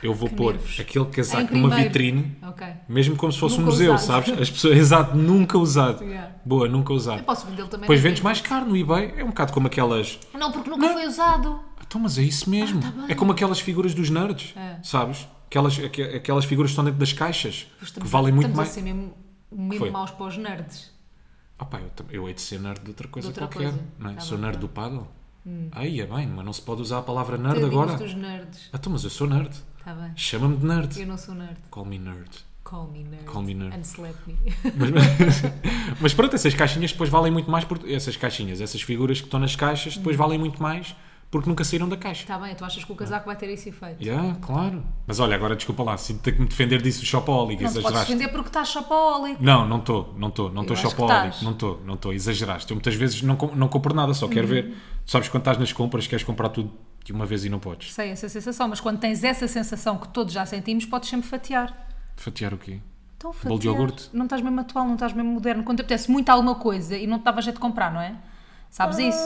eu vou Que pôr nervos. aquele Em casaco numa primeiro. vitrine, Ok. mesmo como se fosse um Nunca museu, usado. sabes? As pessoas, exato, nunca usado. Yeah. Boa, nunca usado. Eu posso vendê-lo também. Depois na vendes mais caro no eBay, é um bocado como aquelas. mesma. Não, porque nunca foi usado. Então, mas é isso mesmo. Ah, tá bem. é como aquelas figuras dos nerds, É. sabes? Aquelas, aque- aquelas figuras que estão dentro das caixas, que Estamos- valem muito estamos assim. mais. a ser mesmo, mesmo Foi. maus para os nerds. Ah pá, eu, tam- eu hei de ser nerd de outra coisa outra qualquer. coisa. não é? Tá Sou bem, nerd tá do paddle. Aí é bem, mas não se pode usar a palavra nerd Tadinhos agora. dos nerds. Ah, então, mas eu sou nerd. Está bem. Chama-me de nerd. Eu não sou nerd. Call me nerd. Call me nerd. Call me nerd. And slap me. Mas, mas pronto, essas caixinhas depois valem muito mais porque essas caixinhas, essas figuras que estão nas caixas depois valem muito mais porque nunca saíram da caixa. Está Tá bem, tu achas que o casaco vai ter esse efeito? Yeah, claro. Mas olha, agora desculpa lá, sinto ter que me defender disso do shopaholic, Não te podes exageraste. defender porque tá estás shopaholic. Não, não estou, não estou, não Eu estou acho que shopaholic, estás. não estou, não estou, exageraste. Eu muitas vezes não, com- não compro nada, só Uhum. quero ver. Tu sabes quando estás nas compras, queres comprar tudo de uma vez e não podes. Sei essa sensação, mas quando tens essa sensação que todos já sentimos, podes sempre fatiar. Fatiar o quê? Então, fatiar. Bolo de iogurte? Não estás mesmo atual, não estás mesmo moderno. Quando te apetece muito alguma coisa e não te dava jeito de comprar, não é? Sabes isso?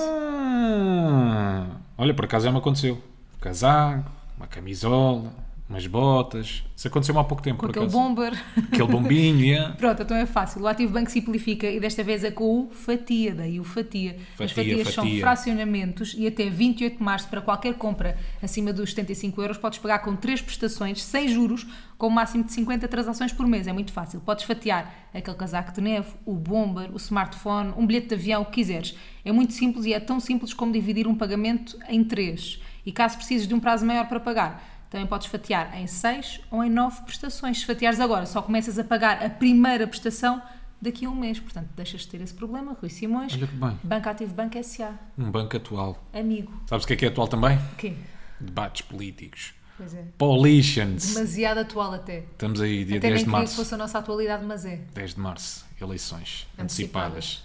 Ah, olha, por acaso já me aconteceu. Um casaco, uma camisola, umas botas. Isso aconteceu há pouco tempo, Com por aquele acaso. é bomber. Aquele bombinho, yeah. Pronto, então é fácil. O Ativo Banco simplifica e desta vez é com o fatia, daí o fatia. As Fatia, fatias são fatia. fracionamentos e até 28 de março, para qualquer compra acima dos 75 euros, podes pagar com 3 prestações, sem juros, com o máximo de 50 transações por mês. É muito fácil. Podes fatiar aquele casaco de neve, o bomber, o smartphone, um bilhete de avião, o que quiseres. É muito simples e é tão simples como dividir um pagamento em 3. E caso precises de um prazo maior para pagar, também podes fatiar em 6 ou em 9 prestações. Se fatiares agora, só começas a pagar a primeira prestação daqui a um mês. Portanto, deixas de ter esse problema, Rui Simões. Olha que bem. Banca Ativo Banco SA. Um banco atual. Amigo. Sabes o que é que é atual também? O quê? Debates políticos. Pois é. Politicians. Demasiado atual até. Estamos aí, dia 10 até nem de queria que março. fosse a nossa atualidade, mas é. 10 de março, eleições Antecipadas.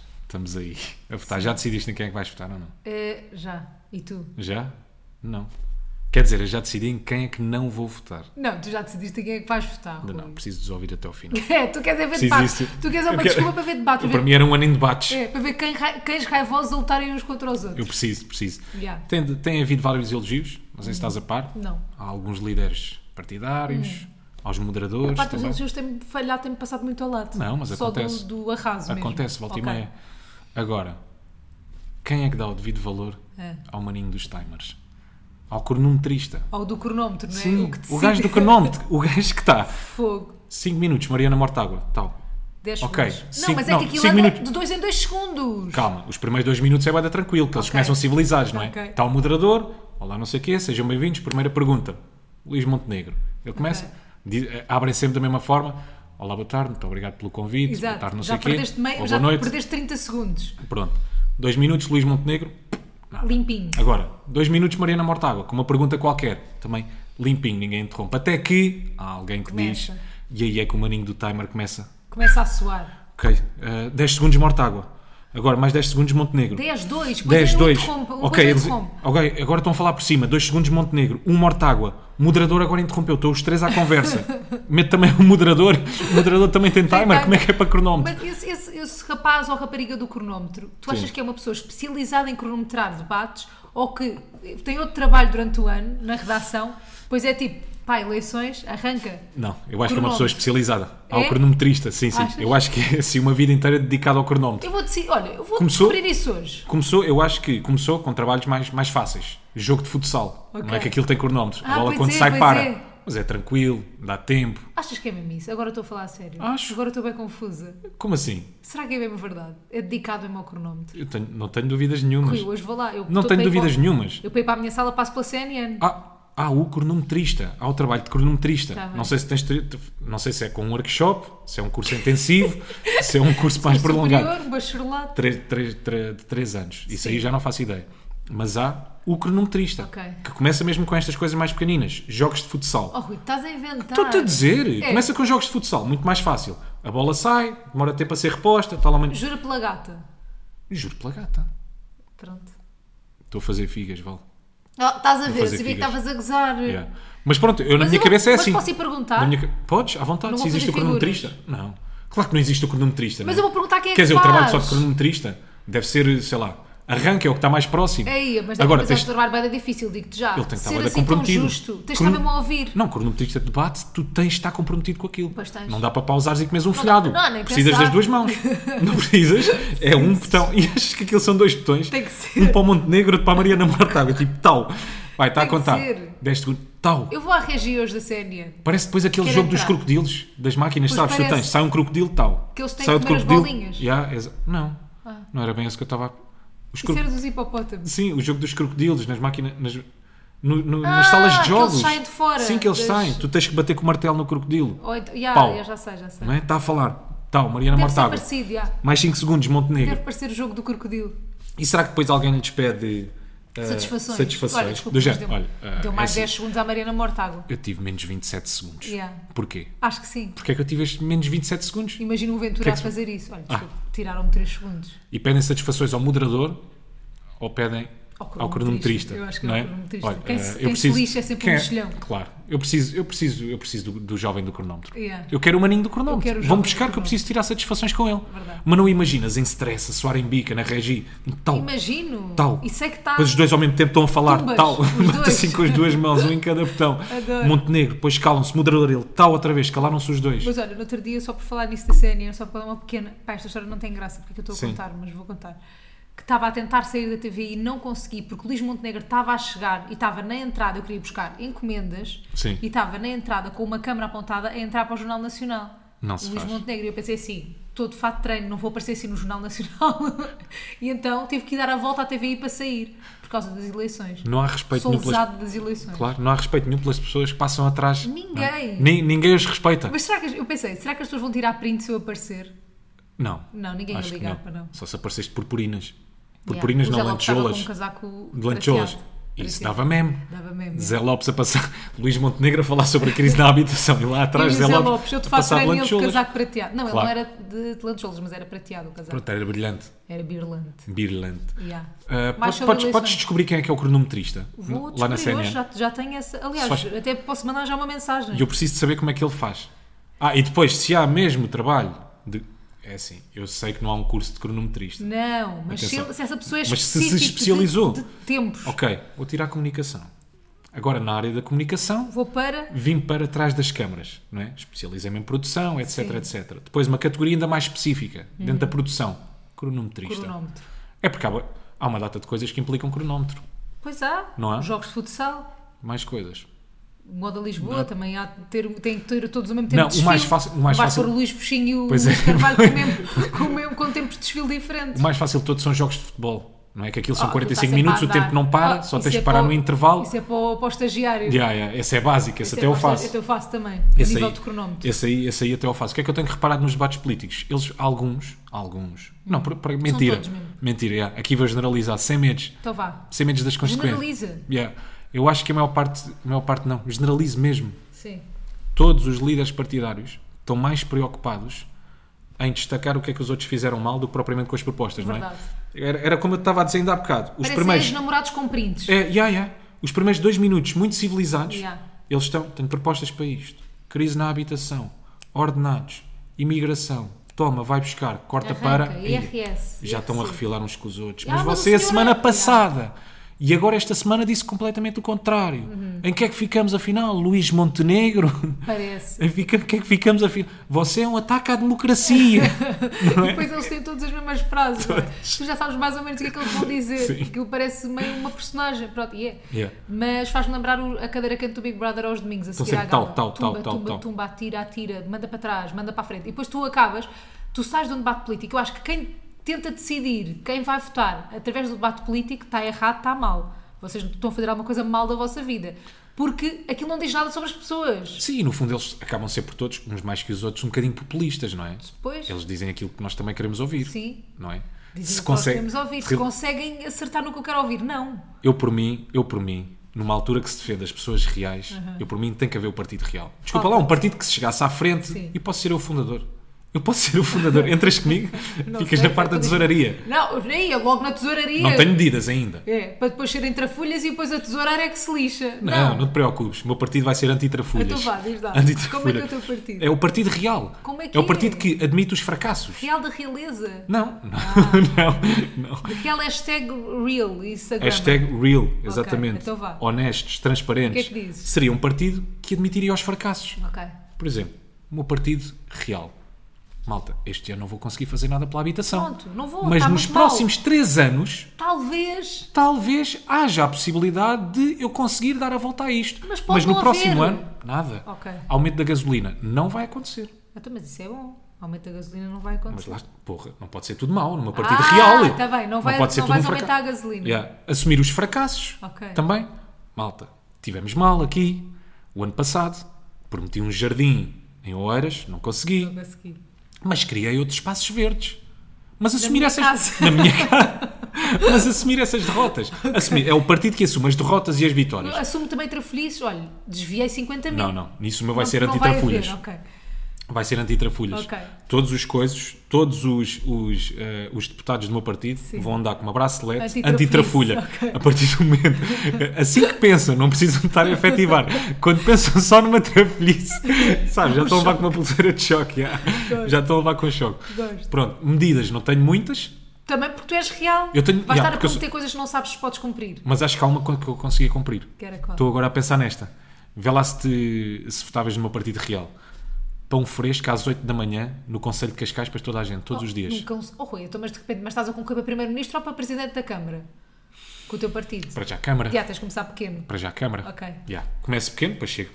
antecipadas. Estamos aí a votar. Já decidiste em quem é que vais votar ou não? Eh, já. E tu? Já? Não. Quer dizer, eu já decidi em quem é que não vou votar. Não, tu já decidiste quem é que vais votar, Rui. Ainda não, preciso de ouvir até ao final. É, tu queres é ver Preciso debate. disso. Tu queres é uma Eu quero- desculpa para ver debate. Para Para ver, mim era um ano em debates. é, para ver quem, ra- cães raivosos a lutarem uns contra os outros. Eu preciso, preciso. Yeah. Tem, tem havido vários elogios, não sei se estás a par. Não. Há alguns líderes partidários, aos moderadores. Hum. Parte dos também. elogios tem falhado, tem passado muito ao lado. Não, mas Só acontece. Do, do arraso é mesmo. Acontece, volta Ok. e meia. Agora, quem é que dá o devido valor É. ao maninho dos timers? Ao cronometrista. Ou do cronómetro, não é? Sim, que o decide. gajo do cronómetro, o gajo que está. Fogo. 5 minutos, Mariana Mortágua, tal. 10 Ok, segundos. Não, cinco- mas é não, que aquilo cinco anda minutos. de 2 em 2 segundos. Calma, os primeiros dois minutos é bada tranquilo, que eles Ok. começam civilizados, não é? Ok. Está o moderador, olá não sei o quê, sejam bem-vindos, primeira pergunta, Luís Montenegro. Ele começa, di- eh, abrem sempre da mesma forma, olá, boa tarde, muito obrigado pelo convite, boa tarde, Tipo, Exato. não Já, sei o quê, perdeste, meio, ou já boa noite. perdeste 30 segundos. Pronto, dois minutos, Luís Montenegro, nada. Limpinho. Agora, dois minutos, Mariana Mortágua, com uma pergunta qualquer, também limpinho, ninguém interrompe. Até que há alguém que Começa. diz: E aí é que o maninho do timer começa. Começa a suar. Ok, eh, 10 segundos morte água. Agora mais 10 segundos Montenegro. 10, 2, 10, 2. Ok, Ok, eles- ok, agora estão a falar por cima. 2 segundos Montenegro, 1 um Mortágua. O moderador agora interrompeu, estão os três à conversa. Mete também o moderador. O moderador também tem timer, como é que é para cronómetro? Mas esse, esse- esse rapaz ou rapariga do cronómetro, tu achas Sim. que é uma pessoa especializada em cronometrar debates ou que tem outro trabalho durante o ano na redação? Pois é tipo, pá, eleições, arranca. Não, eu acho que é uma Cronómetro. pessoa especializada. Há É? o cronometrista, sim, sim. Achas? Eu acho que é assim, uma vida inteira dedicada ao cronómetro. Eu vou decidir, olha, eu vou Começou? descobrir isso hoje. Começou, eu acho que começou com trabalhos mais, mais fáceis. Jogo de futsal. Não Ok. é que aquilo tem cronómetro. Ah, a bola pois quando é, sai pois para. é. Mas é tranquilo, dá tempo. Achas que é mesmo isso? Agora estou a falar a sério. Acho. Agora estou bem confusa. Como assim? Será que é mesmo verdade? É dedicado mesmo ao cronómetro. Eu tenho- não tenho dúvidas nenhumas. Rui, hoje vou lá. Eu Não tô- tenho para ir dúvidas para- nenhumas. Eu para ir para a minha sala passo pela CNN. Há, Ah, há o cronometrista, há o trabalho de cronometrista. Tá bem. não, sei se tens, tri- não sei se é com um workshop, se é um curso intensivo, se é um curso mais prolongado. Superior, um bacharelato. Três, três, três, de três anos. Isso Sim. aí já não faço ideia. Mas há o cronometrista, Ok. que começa mesmo com estas coisas mais pequeninas. Jogos de futsal. Oh, Rui, estás a inventar. Estou-te a dizer, É. começa com jogos de futsal, muito mais fácil. A bola sai, demora tempo a ser reposta, tal ou menos. Jura pela gata. Juro pela gata. Pronto. Estou a fazer figas, Val. Oh, estás a ver, fazer sabia que figas. estavas a gozar. Yeah. É. Mas pronto, eu na Mas minha eu vou- cabeça é mas assim. posso ir perguntar? Na minha ca- Podes, à vontade, Não se vou existe o fazer cronometrista. Não. Claro que não existe o cronometrista. Mas não é? eu vou perguntar quem é Quer que dizer, faz. o trabalho só de cronometrista deve ser, sei lá, arranque é o que está mais próximo. Ei, mas Agora Agora, tens- tens... trabalho bem difícil, digo-te já. Ele tem que estar Ser bué assim comprometido. um- tão justo. Tens de Crono- estar mesmo a ouvir. Não, cronometrista de debate, tu tens de estar comprometido com aquilo. Pois tens. Não dá para pausares e comes um folhado. não, nem precisas pensar. das duas mãos. Não precisas. É um botão. E achas que aquilo são dois botões? Tem que ser. Um para o Montenegro, outro para a Mariana Mortágua. Tipo, tal. Vai, está a Tem que contar. ser. 10 segundos. Tal. Eu vou à regi hoje da CNN. Parece depois aquele Quero jogo entrar. dos crocodilos, das máquinas, Pois sabes? parece. Tu tens, sai um crocodilo tal. Que eles têm sai que comer as outro crocodilo. bolinhas. Ah. Yeah, exa- não, não era bem isso que eu estava. a- Os Isso é- cro- era dos hipopótamos. Sim, o jogo dos crocodilos, nas máquinas. Nas... no- no- Ah, nas salas que de jogos. eles saem de fora Sim, que eles das- saem. Tu tens que bater com o martelo no crocodilo. Ou então- Ya, Pau. ya, já sei, já sei. Não é? Está a falar. Tal, Mariana Oh. Deve ser Mortágua. parecido, já. Mais 5 segundos, Montenegro. Deve parecer o jogo do crocodilo. E será que depois alguém lhe despede eh, Satisfações. satisfações? Olha, desculpa, Do mas género, deu, olha, eh, deu é mais assim, 10 segundos à Mariana Mortágua. Eu tive menos 27 segundos. Yeah. Porquê? Acho que sim. Porquê é que eu tive estes menos 27 segundos? Imagina o um Ventura Que é a que se- fazer isso. Olha, desculpa, tiraram-me 3 segundos. e pedem satisfações ao moderador ou pedem Ao ao cronometrista. cronometrista. Eu acho que é não ao é? cronometrista. Olha, Quem se- eh, quem eu se preciso- lixa é sempre quem um mexilhão. Claro, eu preciso, eu preciso, eu preciso do, do jovem do cronómetro. Yeah. Eu quero o maninho do quero o cronómetro. jovem Vão do buscar que eu cronómetro. preciso tirar satisfações com ele. Verdade. Mas não imaginas em stress, a suar em bica, na regi, em tal. Imagino. Tal. Isso é que está. Depois os dois ao mesmo tempo estão a falar, Tumbas, tal. os Bate dois. assim com as duas mãos, um em cada botão. Adoro. Montenegro, depois calam-se, moderador ele, tal outra vez, calaram-se os dois. Mas olha, no outro dia, só por falar nisso da CNN, só para dar uma pequena. Pá, esta história não tem graça porque eu estou a Sim. contar, mas vou contar. Que estava a tentar sair da TV e não consegui, porque o Luís Montenegro estava a chegar e estava na entrada, eu queria buscar encomendas, Sim. e estava na entrada com uma câmara apontada a entrar para o Jornal Nacional. Não se o Luís faz. Montenegro, e eu pensei assim: estou de fato de treino, não vou aparecer assim no Jornal Nacional. e então tive que dar a volta à TVI para sair, por causa das eleições. Não há respeito Sou nenhum pelas usado das eleições. Claro, não há respeito nenhum pelas pessoas que passam atrás. Ninguém. Não é? Ni- ninguém os respeita. Mas será que. as- Eu pensei: será que as pessoas vão tirar print se eu aparecer? Não. Não, ninguém ia Acho que ligar para não. Só se apareceste purpurinas. Purpurinas Yeah. não, O Zé Lopes lantejoulas. estava com um casaco De lantejoulas. prateado. Isso Parecia- dava meme. Dava mesmo. Zé Lopes a passar. Luís Montenegro a falar sobre a crise da habitação. E lá atrás, e o Zé Lopes, eu te a faço passar de treino e ele de lantejoulas. casaco prateado. Não, Claro. ele não era de, de lantejoulas, mas era prateado o casaco. Pronto, era brilhante. Era birlante. Brilhante. Yeah. Ah, podes, Mais sobre podes- eleições. podes descobrir quem é que é o cronometrista Vou lá na descobrir CNN. hoje, já, já tenho essa. Aliás, Se faz- até posso mandar já uma mensagem. E eu preciso de saber como é que ele faz. Ah, e depois, se há mesmo trabalho de. É assim, eu sei que não há um curso de cronometrista. Não, mas se, Atenção. ele- se essa pessoa é Mas se se específica de- especializou. De, tempos, Ok, vou tirar a comunicação. Agora, na área da comunicação, vou para. vim para trás das câmaras, não é? Especializei-me em produção, etc, etc. Depois, uma categoria ainda mais específica, dentro da produção, cronometrista. Uhum. Cronómetro. É porque há, há uma data de coisas que implicam cronómetro. Pois há, Não há? jogos de futsal, Mais coisas. moda Lisboa, também há de ter, tem que ter todos o mesmo tempo Não, o de desfile. mais fácil- o mais Vais fácil- pôr o Luís Peixinho e o Pois é. Luís Carvalho com, o mesmo, com, o mesmo- com tempos de desfile diferentes. O mais fácil de todos são jogos de futebol, não é? Que aquilo são Ah, 45 aquilo está minutos, sempre o a tempo não andar. para, Ah, só isso tens é de parar para no o- intervalo. Isso é para o, para o estagiário. Yeah, yeah, Esse é básico, esse, Isso é até eu para o esta- faço. Até eu faço também, Esse a nível aí- de cronómetro. Esse aí, esse aí até eu faço. O que é que eu tenho reparado nos debates políticos? Eles, alguns, alguns. Não, por- por- mentira. todos mesmo. Mentira, yeah. aqui vou generalizar, sem medos. Então vá. Sem medos das consequências. Generaliza. Yeah. Eu acho que a maior parte, a maior parte não, generalizo mesmo. Sim. todos os líderes partidários estão mais preocupados em destacar o que é que os outros fizeram mal do que propriamente com as propostas, Verdade. não é? Era, era como eu estava a dizer ainda há bocado. Os Parecem primeiros. ex-namorados com prints. É, yeah, yeah. Os primeiros dois minutos, muito civilizados, Yeah. eles estão. Tenho propostas para isto: crise na habitação, ordenados, imigração. Toma, vai buscar, corta Arranca, para. IRS. já estão a IRC. refilar uns com os outros. Ah, Mas mas o você a senhor é- semana Yeah. passada e agora esta semana disse completamente o contrário. Uhum. Em que é que ficamos afinal? Luís Montenegro? Parece. Em fica- que é que ficamos afinal? Você é um ataque à democracia. não E é? depois eles têm todas as mesmas frases. não é? Tu já sabes mais ou menos o que é que eles vão dizer. Sim. Aquilo parece meio uma personagem. Pronto, e é. Yeah. Mas faz-me lembrar o- a cadeira quente do Big Brother aos domingos, a Estão seguir à sempre tal, gala. tal, tal, tumba, tal, tumba, tal. tumba, atira, atira, manda para trás, manda para a frente. E depois tu acabas, tu sais de um debate político. Eu acho que quem tenta decidir quem vai votar através do debate político está errado, está mal. Vocês estão a fazer alguma coisa mal da vossa vida. Porque aquilo não diz nada sobre as pessoas. Sim, no fundo eles acabam sempre por todos, uns mais que os outros, um bocadinho populistas, não é? Pois. Eles dizem aquilo que nós também queremos ouvir. Sim. Não é? Se Dizem que nós consegue- queremos ouvir. Se Re- conseguem acertar no que eu quero ouvir, não. Eu por mim, eu por mim, numa altura que se defende as pessoas reais, eu por mim tem que haver o partido real. Desculpa Falta. lá, um partido que se chegasse à frente Sim. e posso ser eu o fundador. Eu posso ser o fundador. Entras comigo, Não ficas sei, na parte da tudo- tesouraria. Não, nem ia logo na tesouraria. Não tenho medidas ainda. É, para depois serem trafolhas e depois a tesourar é que se lixa. Não, não, te preocupes. O meu partido vai ser antitrafulhas. Então vá, diz lá. Como é que é o teu partido? É o partido real. Como é que é é? o partido que admite os fracassos. Real da realeza. Não, não, Ah. não, não. Real hashtag real. Instagram. Hashtag real, exatamente. então vá. Honestos, transparentes. O que é que dizes? Seria um partido que admitiria os fracassos. Ok. Por exemplo, o meu partido real. Malta, este ano não vou conseguir fazer nada pela habitação. Pronto, não vou, Mas está nos muito mal. próximos três anos, Talvez. talvez haja a possibilidade de eu conseguir dar a volta a isto. Mas pode no não próximo haver. ano, nada. Ok. Aumento da gasolina não vai acontecer. Então, mas isso é bom. Aumenta a gasolina, não vai Ah, Mas acontecer. lá, porra, não pode ser tudo mau numa partida Ah, real. tá bem, não vai- não vais fracasso. aumentar a gasolina. um Yeah. Assumir os fracassos Ok. também. Malta, tivemos mal aqui o ano passado. Prometi um jardim em Oeiras, não consegui. Logo a seguir. Mas criei outros espaços verdes. Mas assumir minha essas. casa. Na minha casa. Mas assumir essas derrotas. Assumir- É o partido que assume as derrotas e as vitórias. Assumo também trafolhices. Olha, desviei 50 mil. Não, não. Nisso o meu vai Não- ser não vai antitrafulhas. haver, ok. Vai ser antitrafulhas. Ok. Todos os coisos, todos os, os, eh, os deputados do meu partido vão andar com uma bracelete Antitrafulha. antitrafulha. A partir do momento. Assim que pensam, não precisam estar a efetivar. Quando pensam só numa trafolhice, sabe? Já Um estão a levar com uma pulseira de choque. Já, já estão a levar com choque. Gosto. Pronto, medidas, não tenho muitas, Também porque tu és real. Eu tenho- yeah, Vais estar a porque eu sou- prometer coisas que não sabes se podes cumprir. mas acho que há uma co- que eu conseguia cumprir. Que era qual? Estou agora a pensar nesta. Vê lá se, te, se votavas numa partida real. Pão fresco às 8 da manhã no Conselho de Cascais para toda a gente, todos os dias. Nunca um... Oh, Rui, então, mas de repente, mas estás a concorrer para Primeiro-Ministro ou para Presidente da Câmara? Com o teu partido? Para já a Câmara. Já, tens de começar pequeno. Para já a Câmara. Ok. Já. Começo pequeno, depois chego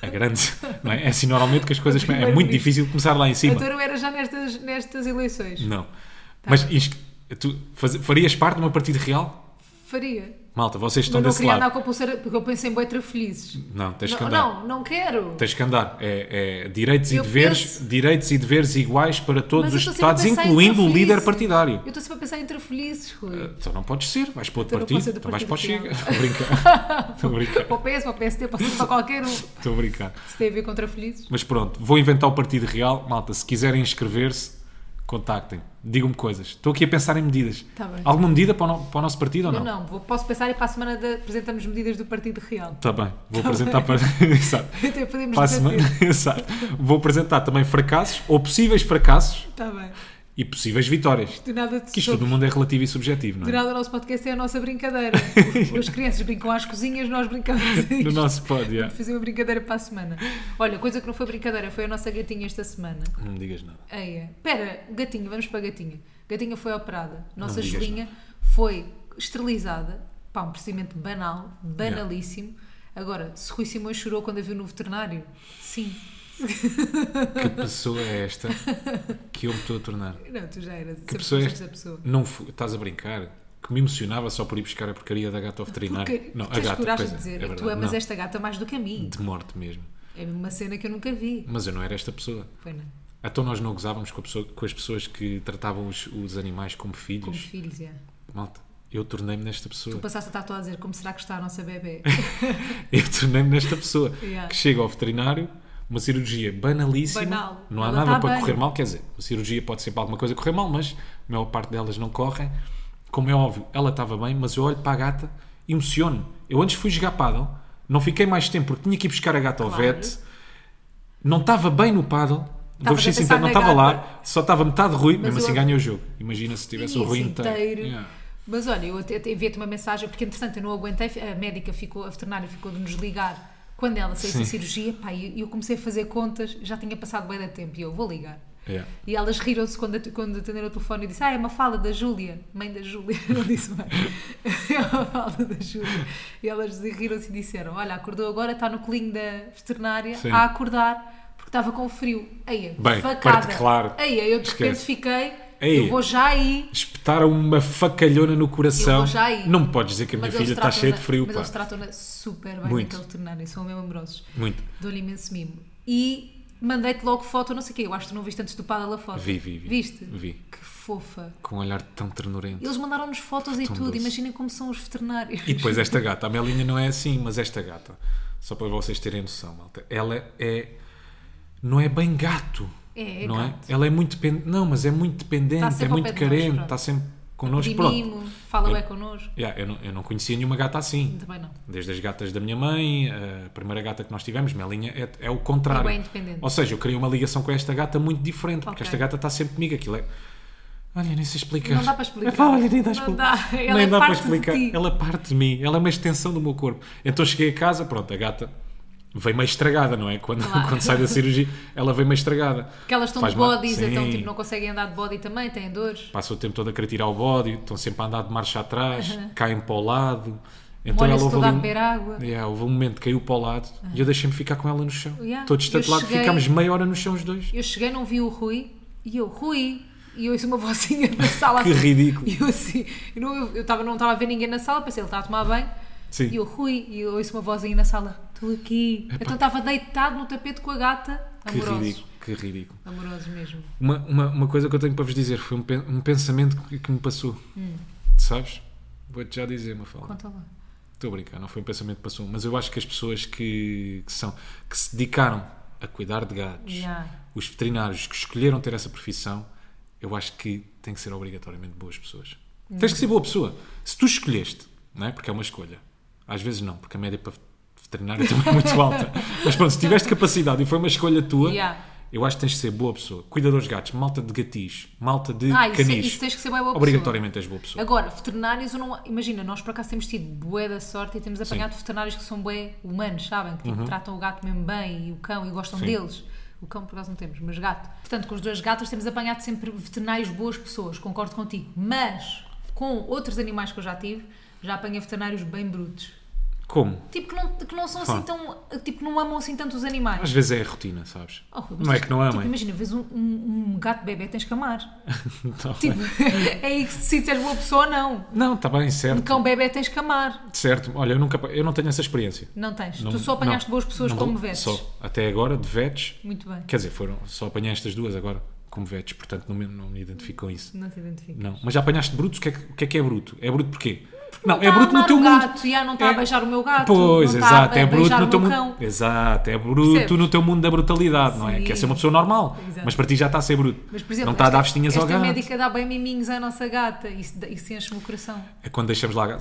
a grande. não é? é assim normalmente que as coisas. É muito difícil começar lá em cima. Então não era já nestas, nestas eleições. Não. Tá. Mas isto, tu faz- farias parte de uma partida real? Faria. Malta, vocês estão Mas não Então, desse queria lado. andar com a pulseira, porque eu penso em boi felizes. Não, tens que Não, andar. não, não quero. Tens que andar. É, é direitos e Eu deveres, penso- direitos e deveres iguais para todos Mas eu os estou sempre a deputados, pensar em incluindo o líder trafolhices. partidário. Eu estou sempre a pensar em trafolhices, Rui. Então não podes ser, vais para outro Então não partido, posso ser do então vais para o partido Chega. real. Estou a brincar. Estou a brincar. Para o PS, para o PST, para, para qualquer um. Se Estou a brincar. tem a ver com trafolhices. Mas pronto, vou inventar o partido real. Malta, se quiserem inscrever-se, contactem. Digam-me coisas. Estou aqui a pensar em medidas. Tá bem. Alguma medida para o, no- para o nosso partido ou Eu não? não, vou- posso pensar e para a semana de- apresentamos medidas do Partido Real. Está Tá bem, vou Tá apresentar para. Exato. Até podemos Para a semana- debater. Exato. Vou apresentar também fracassos ou possíveis fracassos Está Tá bem. e possíveis vitórias. Do nada te Que isto todo mundo é relativo e subjetivo, não Do é? nada o nosso podcast é a nossa brincadeira. As crianças brincam às cozinhas, nós brincamos a No isto. nosso pod, yeah. Fazer uma brincadeira para a semana. Olha, coisa que não foi brincadeira, foi a nossa gatinha esta semana. Não me digas nada. Eia. Pera, gatinho, vamos para a gatinha. Gatinha foi operada. Nossa Não me digas Julinha foi esterilizada. Pá, um procedimento banal, banalíssimo. Agora, se Rui Simões chorou quando a viu no veterinário? Sim. Que pessoa é esta que eu me estou a tornar? Não, tu já eras. Que pessoa é esta esta? pessoa. Não fu- estás a brincar? Que me emocionava só por ir buscar a porcaria da gata ao veterinário. Porque não, tu tens coragem pois de é, dizer é é que tu verdade, amas não. esta gata mais do que a mim. De morte mesmo. É uma cena que eu nunca vi. Mas eu não era esta pessoa. Foi, não? é? Então nós não gozávamos com, a pessoa- com as pessoas que tratavam os, os animais como Com os filhos. filhos, é. Malta, eu tornei-me nesta Tu pessoa. passaste a estar toda a dizer como será que está a nossa bebê. Eu tornei-me nesta pessoa Yeah. que chega ao veterinário, uma cirurgia banalíssima, Banal. não há Ela nada tá para bem. correr mal, quer dizer, a cirurgia pode ser para alguma coisa correr mal, mas a maior parte delas não correm. Como é óbvio, ela estava bem, mas eu olho para a gata e emociono. Eu antes fui jogar paddle, não fiquei mais tempo porque tinha que ir buscar a gata ao Claro. vete, não estava bem no paddle, vou a ser pensar sincero, não na estava lá, gata. só estava metade ruim, mesmo eu assim ouvi- ganhei o jogo. Imagina se tivesse o Isso ruim inteiro. inteiro. Yeah. Mas olha, eu até até enviei-te uma mensagem, porque entretanto eu não aguentei, a médica ficou, a veterinária ficou de nos ligar quando ela saiu Sim. da cirurgia, pá, e eu comecei a fazer contas, já tinha passado bem da tempo, e eu vou ligar. Yeah. E elas riram-se quando, at- quando atenderam o telefone e disse: Ah, é uma fala da Júlia, mãe da Júlia. Não disse mãe, é uma fala da Júlia. E elas riram-se e disseram: Olha, acordou agora, está no colinho da veterinária Sim. a acordar porque estava com frio. Aí, Bem, facada. parte- claro. Aí, eu de repente Esquece. fiquei: Aí. Eu vou já aí. espetaram uma facalhona no Eu coração. vou já aí. Não me podes dizer que a minha Mas filha eles está cheia de tratam-na- frio, Mas pá. eles tratam-na super bem Muito. naquele veterinário, são mesmo amorosos. Muito. Dou-lhe imenso mimo. E mandei-te logo foto, não sei o quê. Eu acho que tu não viste antes do Pada lá foto. Vi, vi, vi. Viste? Vi. Que fofa. Com um olhar tão ternurento. Eles mandaram-nos fotos e Tão tudo, doce. imaginem como são os veterinários. E depois esta gata. A Melinha não é assim, mas esta gata. Só para vocês terem noção, malta. Ela é. Não é bem gato. É, é não gato. é? Ela é muito dependente. Não, mas é muito Está dependente, sempre é ao muito pé de nós, carente, pronto. está sempre connosco. Pedir Pronto. É. mimo, fala Eu- bem connosco. Yeah, eu, não, eu não conhecia nenhuma gata assim. Também não. Desde as gatas da minha mãe, a primeira gata que nós tivemos, Melinha, é, é o contrário. É bem independente. Ou seja, eu criei uma ligação com esta gata muito diferente, porque Ok. esta gata está sempre comigo. Aquilo é. Olha, nem sei explicar. Não dá para explicar. Epá, olha, nem dá, Não expli- dá. Ela nem é dá parte de ti. Ela é parte de mim. Ela é uma extensão do meu corpo. Então cheguei a casa, pronto, a gata vem meio estragada, não é? Quando, Claro. quando sai da cirurgia, ela vem meio estragada. Porque elas estão Faz de mal. bodies, Sim. então tipo, não conseguem andar de body também, têm dores. Passa o tempo todo a querer tirar o bode, estão sempre a andar de marcha atrás, caem para o lado. Então Molham-se ela houve toda a ali um- beber água. Yeah, houve um momento que caiu para o lado e eu deixei-me ficar com ela no chão. Yeah. Todo estatelado, Eu cheguei- ficámos meia hora no chão os dois. Eu cheguei, não vi o Rui, e eu, Rui, e eu ouço uma vozinha na sala. Que ridículo. E eu assim, eu não eu estava não estava a ver ninguém na sala, pensei, ele está a tomar banho. Sim. E eu, Rui, e eu ouço uma vozinha na sala, estou aqui. Então estava deitado no tapete com a gata, Que amorosos. ridículo, que ridículo. Amorosos mesmo. Uma, uma, uma coisa que eu tenho para vos dizer foi um, pen- um pensamento que, que me passou. Sabes? Vou-te já dizer, Mafalda. Hum. Conta lá. Estou a brincar, não foi um pensamento que passou, mas eu acho que as pessoas que, que são, que se dedicaram a cuidar de gatos, Yeah. os veterinários que escolheram ter essa profissão, eu acho que têm que ser obrigatoriamente boas pessoas. Hum. Tens que ser boa pessoa. Se tu escolheste, não é? Porque é uma escolha. Às vezes não, porque a média para veterinário também é muito alta. Mas pronto, se tiveste capacidade e foi uma escolha tua, Yeah. eu acho que tens que ser boa pessoa. Cuidadores de gatos, malta de gatis, malta de Ah, isso- canis. isso tens que ser bué boa pessoa. Obrigatoriamente és boa pessoa. Agora, veterinários, eu não, imagina, nós por acaso temos tido bué da sorte e temos apanhado veterinários que são bué humanos, sabem? Que tipo, tratam o gato mesmo bem e o cão e gostam Uhum. Sim. deles. O cão por acaso não temos, mas gato. Portanto, com os dois gatos temos apanhado sempre veterinários boas pessoas, concordo contigo. Mas, com outros animais que eu já tive, já apanhei veterinários bem brutos. Como? Tipo, que não, que não são assim Claro. tão... Tipo, não amam assim tanto os animais. Às vezes é a rotina, sabes? Oh, Rui, mas não é tens- que não amem. Tipo, imagina, vês um, um- um gato bebê, tens que amar. Tá bem. Tipo, é aí que se decides se és boa pessoa ou não. é. Não, está bem, Um certo. cão bebê tens que amar. Certo. Olha, eu, nunca, eu não tenho essa experiência. Não tens. Não- tu só apanhaste não, boas pessoas não como vou- vetes. Só, até agora, de vetes. Muito bem. Quer dizer, foram, só apanhei estas duas agora como vetes, portanto não me, não me identifico com isso. Não te identifico. Não. Mas já apanhaste brutos? O que é que, o que, é, que é bruto? É bruto porquê? não É tá a amar o gato, já não tá a beijar o meu gato, Pois, não tá exato, a é bruto beijar no o teu meu mundo. cão. Exato, é bruto Percebes? no teu mundo da brutalidade, não é? Sim. Quer ser uma pessoa normal, Exato. mas para ti já está a ser bruto. Mas, por exemplo, não está a esta- dar vestinhas ao esta gato. médica dá bem miminhos à nossa gata. Isso, dá- isso enche-me o coração. É quando deixamos lá,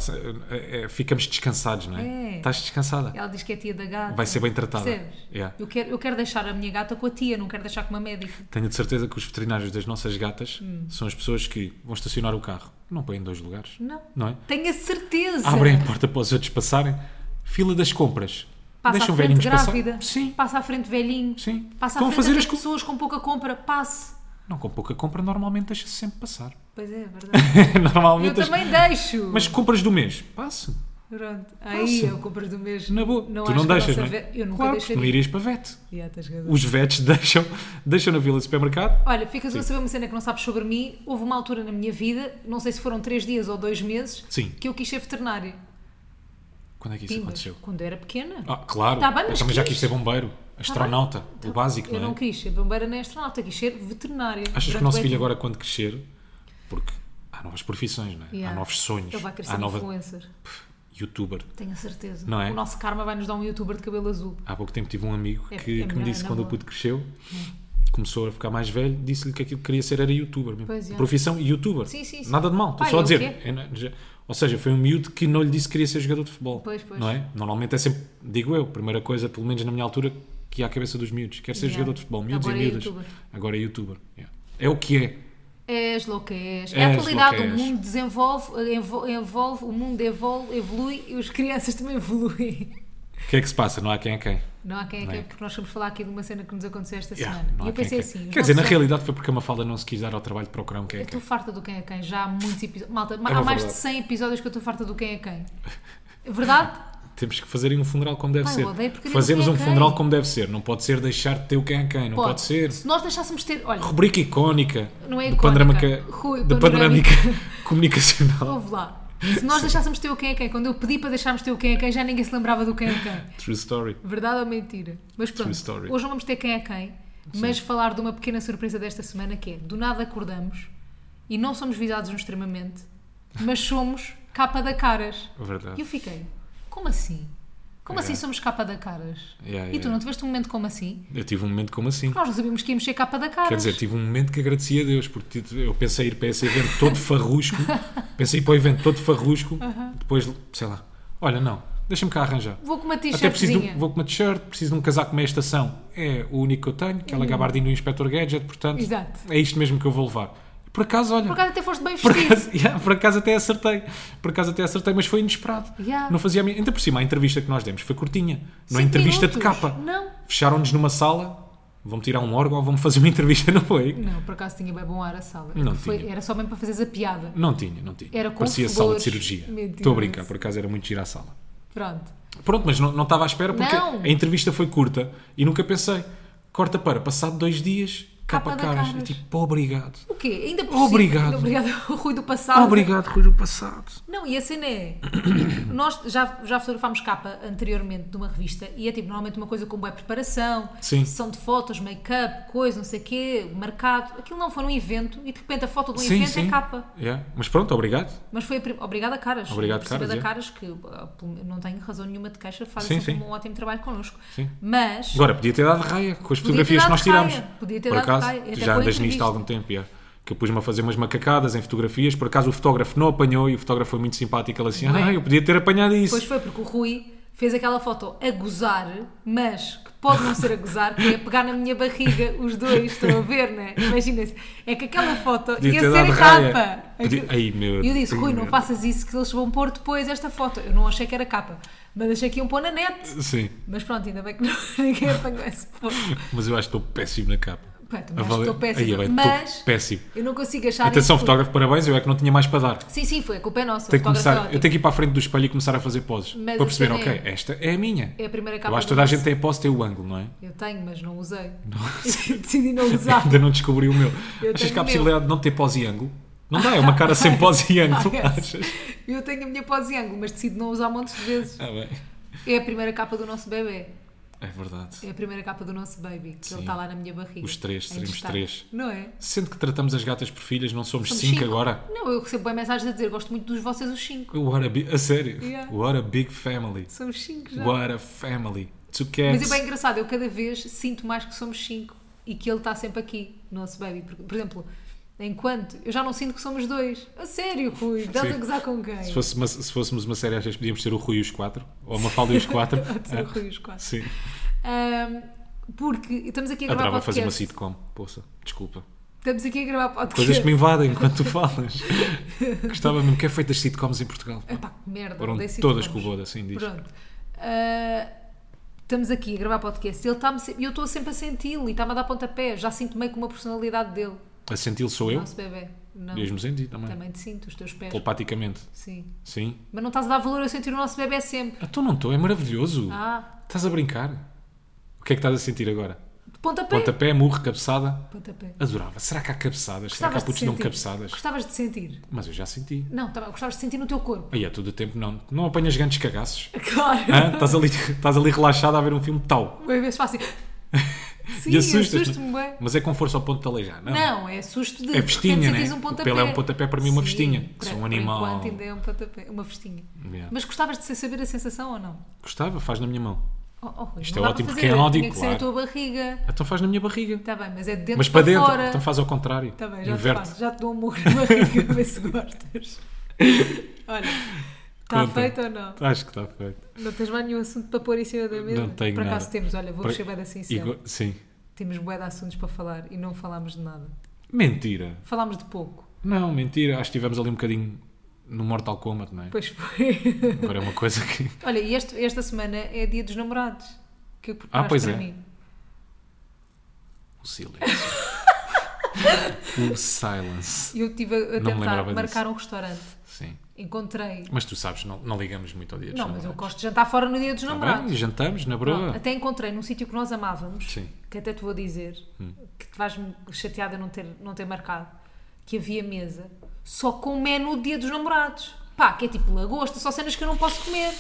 é- é- ficamos descansados, não é? É. Estás descansada. Ela diz que é tia da gata. Vai ser bem tratada. Percebes? Yeah. Eu, quero, eu quero deixar a minha gata com a tia, não quero deixar com uma médica. Tenho de certeza que os veterinários das nossas gatas Hum. são as pessoas que vão estacionar o carro. Não põem em dois lugares. Não. Não é? Tenho a certeza. Abrem a porta para os outros passarem. Fila das compras. Passa Deixam à frente velhinhos grávida. passar. Sim. Passa à frente velhinho. Sim. Passa Estão a à frente fazer até as co- pessoas com pouca compra. Passe. Não, com pouca compra normalmente deixa-se sempre passar. Pois é, é verdade. Eu normalmente. as- também deixo. Mas compras do mês, passo. Pronto, Passa. aí é eu compro do mesmo. Na boa. tu acho não que a deixas, nossa não é? ve- Eu nunca claro, deixaria. não irias para vete. Yeah, tens razão. Os vetes deixam, deixam na fila de supermercado. Olha, ficas a saber uma cena que não sabes sobre mim. Houve uma altura na minha vida, não sei se foram três dias ou dois meses, Sim. que eu quis ser veterinária. Quando é que isso Pimba, aconteceu? Quando eu era pequena. Ah, claro. Tá bem, eu mas Tá também já quis. quis ser bombeiro, astronauta, o básico, eu não é? não quis ser bombeira nem astronauta, quis ser veterinária. Achas que o Durante nosso bué filho tempo. agora, quando crescer, porque há novas profissões, não é? Yeah. Há novos sonhos. Ele vai querer há ser nova... influencer. youtuber. Tenho a certeza. Não é? O nosso karma vai nos dar um youtuber de cabelo azul. Há pouco tempo tive um amigo É- que, é Hum. que me melhor, disse na quando o boa. puto cresceu, começou a ficar mais velho, disse-lhe que aquilo que queria ser era youtuber mesmo. Pois é. Profissão youtuber. Sim, sim, sim. Nada de mal, estou Pai, só a é o dizer. quê? É, não é? Já- ou seja, foi um miúdo que não lhe disse que queria ser jogador de futebol. Pois, pois. Não é? Normalmente é sempre, digo eu, primeira coisa, pelo menos na minha altura, que ia à cabeça dos miúdos. Quer ser Yeah. jogador de futebol, miúdos Agora é e miúdas. youtuber. Agora é youtuber. Yeah. É o que é. És lo que és. É És a lo atualidade, que o és. mundo desenvolve, envo- envolve, o mundo evolve, evolui e as crianças também evoluem. O que é que se passa? Não há quem é quem. Não há quem é Não que é? porque nós vamos falar aqui de uma cena que nos aconteceu esta Yeah, semana. não E há eu quem é pensei quem. assim. os Quer dizer, na nossos- realidade foi porque a Mafalda não se quis dar ao trabalho de procurar um quem é Eu quem. estou farta do quem é quem, já há muitos episódios. Malta, É uma há mais de verdade. 100 episódios que eu estou farta do quem é quem. É Verdade? Temos que fazer aí um funeral como deve Pá, eu odeio ser. porque Fazemos não um sei quem. funeral como deve ser. Não pode ser deixar de ter o quem é quem. Não pode, ser. Se nós deixássemos ter. Olha, Rubrica icónica. Não é de icónica. panorâmica, Rui, de panorâmica. panorâmica comunicacional. ouve lá. Se nós deixássemos ter o quem é quem, quando eu pedi para deixarmos ter o quem é quem, já ninguém se lembrava do quem é quem. True story. Verdade ou mentira? Mas pronto, story. hoje não vamos ter quem é quem, mas falar de uma pequena surpresa desta semana que é: do nada acordamos e não somos visados no extremamente, mas somos capa da caras. E Verdade. eu fiquei: como assim? Como Yeah. assim somos capa da caras? Yeah, E tu yeah. não tiveste um momento como assim? Eu tive um momento como assim. Nós não sabíamos que íamos ser capa da caras. Quer dizer, tive um momento que agradeci a Deus, porque tive- eu pensei ir para esse evento todo farrusco. pensei ir para o evento todo farrusco. Depois, sei lá, olha, não, deixa-me cá arranjar. vou com uma Até preciso de t-shirtzinha. um, vou com uma t-shirt, preciso de um casaco meia estação. É o único que eu tenho, aquela gabardina do Inspector Gadget, portanto, Uhum. Exato. é isto mesmo que eu vou levar. Por acaso, olha, Por acaso até foste bem por vestido. acaso, yeah, por acaso até acertei. Por acaso até acertei, mas foi inesperado. Yeah. Não fazia a minha... Ainda por cima, a entrevista que nós demos foi curtinha. Não é Cinco entrevista de minutos. capa. Não. Fecharam-nos numa sala, vão-me tirar um órgão ou vão-me fazer uma entrevista, não foi? Não, por acaso tinha bem bom ar a sala. Não Foi- tinha. era só mesmo para fazeres a piada. Não tinha, não tinha. Era com Parecia flores. sala de cirurgia. Mentiroso. Estou a brincar, por acaso era muito gira a sala. Pronto. Pronto, mas não, não estava à espera porque Não. a entrevista foi curta e nunca pensei. Corta para, passado dois dias, Capa capa da caras. caras. E tipo, obrigado. O quê? Ainda por Obrigado. cima- Obrigado ao Rui do passado. Obrigado, Rui do passado. Não, e a cena é. Nós já, já fotografámos capa anteriormente de uma revista e é tipo normalmente uma coisa com boa preparação, Sim. sessão de fotos, make-up, coisa, não sei o quê, marcado. Aquilo não foi num evento e de repente a foto de um evento é capa. Yeah. Mas pronto, obrigado. Mas foi a prim... Obrigada, Caras. Obrigado, Por cima Caras, da é. Caras, que ah, pelo- não tenho razão nenhuma de queixa, faz Sim, sempre sim. um ótimo trabalho connosco. Sim. Mas. Agora, podia ter dado raia com as Podia ter fotografias que dado nós tiramos. raia, podia ter por dado acaso, raia, até tu com já a andas nisto entrevista. há algum tempo, yeah. que eu pus-me a fazer umas macacadas em fotografias. Por acaso, o fotógrafo não apanhou e o fotógrafo foi muito simpático. Ele assim, ah, eu podia ter apanhado isso. Pois foi, porque o Rui fez aquela foto a gozar, mas que pode não ser a gozar, que é pegar na minha barriga os dois, estão a ver, né? Imaginem-se. É que aquela foto Podia ia ter ser dado a raia. capa. Podia- Aquilo- Ai, meu E eu disse, Deus. Rui, não faças isso, que eles vão pôr depois esta foto. Eu não achei que era capa, mas achei que iam pôr na net. Sim, Mas pronto, ainda bem que não, ninguém apanhou esse ponto. mas eu acho que estou péssimo na capa. Pá, também A acho que valer- estou Ai, eu péssima, bem, estou mas péssimo. eu não consigo achar Atenção, isso. fotógrafo, parabéns, eu é que não tinha mais para dar. Sim, sim, foi, a culpa é nossa. o Tenho que fotógrafo é começar, ótimo. eu tenho que ir para a frente do espelho e começar a fazer poses. Mas para a perceber, cena ok, é- esta é a minha. É a primeira capa eu acho que do toda a nosso. gente tem a pose, tem o ângulo, não é? Eu tenho, mas não usei. Decidi não usar. Ainda não descobri o meu. Eu Achas tenho que há o meu. possibilidade de não ter pose e ângulo? Não dá, é uma cara sem pose e ângulo. Parece. Achas? Eu tenho a minha pose em ângulo, mas decido não usar montes de vezes. Ah, bem. É a primeira capa do nosso bebê. É verdade. É a primeira capa do nosso baby. Que Sim. ele está lá na minha barriga. Os três, Em seremos destaque. três. Não é? Sendo que tratamos as gatas por filhas, não somos, Somos cinco, cinco. agora? Não, eu recebo bem mensagens a dizer gosto muito dos vocês, os cinco. What a, bi- a sério? Yeah. What a big family. Somos cinco já. What a family. Two cats. Mas é bem engraçado, eu cada vez sinto mais que somos cinco e que ele está sempre aqui, o nosso baby. Por, por exemplo, enquanto eu já não sinto que somos dois. A sério, Rui, estás a Sim. gozar com quem? se, fosse uma- se fôssemos uma série, achas que podíamos ter o Rui e os quatro? Ou uma Mafalda e os quatro? Pode ser o Rui, os Ah, quatro. Sim. Ahm, porque estamos aqui a gravar Adorava Ah, fazer uma podcast. sitcom. Poça, desculpa. Estamos aqui a gravar podcast. Coisas que me invadem enquanto tu falas. Gostava mesmo que é feito das sitcoms em Portugal. Epá, que merda. Foram odeio todas com o sitcoms. Boda, assim diz. Pronto. Ah, estamos aqui a gravar podcast. Ele está-me se- e eu estou sempre a senti-lo e está-me a dar pontapé. Já sinto meio que uma personalidade dele. A senti-lo sou eu? Nosso bebê. Não. Mesmo senti também. Também te sinto, os teus pés. Telepaticamente. Sim. Sim. Mas não estás a dar valor a sentir o nosso bebê sempre. Ah, tu não estou, é maravilhoso. Ah, Estás a brincar. O que é que estás a sentir agora? de pontapé. Pontapé, murro, cabeçada. Pontapé. Adorava. Será que há cabeçadas? Será que há Gostavas de putos que dão sentir. cabeçadas? Gostavas de sentir. Mas eu já senti. Não, tá bem, gostavas de sentir no teu corpo. Aí é todo o tempo não. Não apanhas grandes cagaços. Claro. Hã? Estás ali, estás ali relaxado a ver um filme tal. Uma vez fácil. assim. Sim, assustas-me. assusto-me bem. Mas é com força ao ponto de aleijar, não? Não, é susto de. É de repente festinha, sentires né? Um O pontapé. pelo é um pontapé, para mim é uma Sim, festinha, que para- sou um por animal. enquanto ainda é um pontapé, uma festinha. Yeah. Mas gostavas de ser- saber a sensação ou não? Gostava, faz na minha mão. Oh, oh, Rui, Isto é não dá ótimo, para porque é fazer, áudio, Tinha que ser a claro. tua barriga. Então faz na minha barriga. Está bem, mas é de dentro Mas para dentro, fora. então faz ao contrário. Está bem, já te Inverte. faço, já te dou um murro na barriga, ver se gostas. Olha, está Conta. feito ou não? Acho que está feito. Não tens mais nenhum assunto para pôr em cima da mesa? Não tenho Por acaso nada. temos, olha, vou Por- ser bem assim E go- Sim. Temos bué de assuntos para falar e não falámos de nada. Mentira. Falámos de pouco, Não, mentira. Acho que estivemos ali um bocadinho no Mortal Kombat, não é? pois foi. Agora é uma coisa que. olha, e este- esta semana é dia dos namorados. Que eu Ah, pois para é. mim. O silêncio. o silence. Eu estive a- a Não me tentar lembrava marcar disso. um restaurante. Sim. Encontrei. Mas tu sabes, não, não ligamos muito ao dia dos Não, mas eu namorados. gosto de jantar fora no dia dos Tá namorados. é- bem, jantamos na Pronto, broa. até encontrei num sítio que nós amávamos, Sim. Hum. que até te vou dizer, que te vais-me chateada não ter, não ter marcado, que havia mesa só com o menu do dia dos namorados. Pá, que é tipo lagosta, só cenas que eu não posso comer.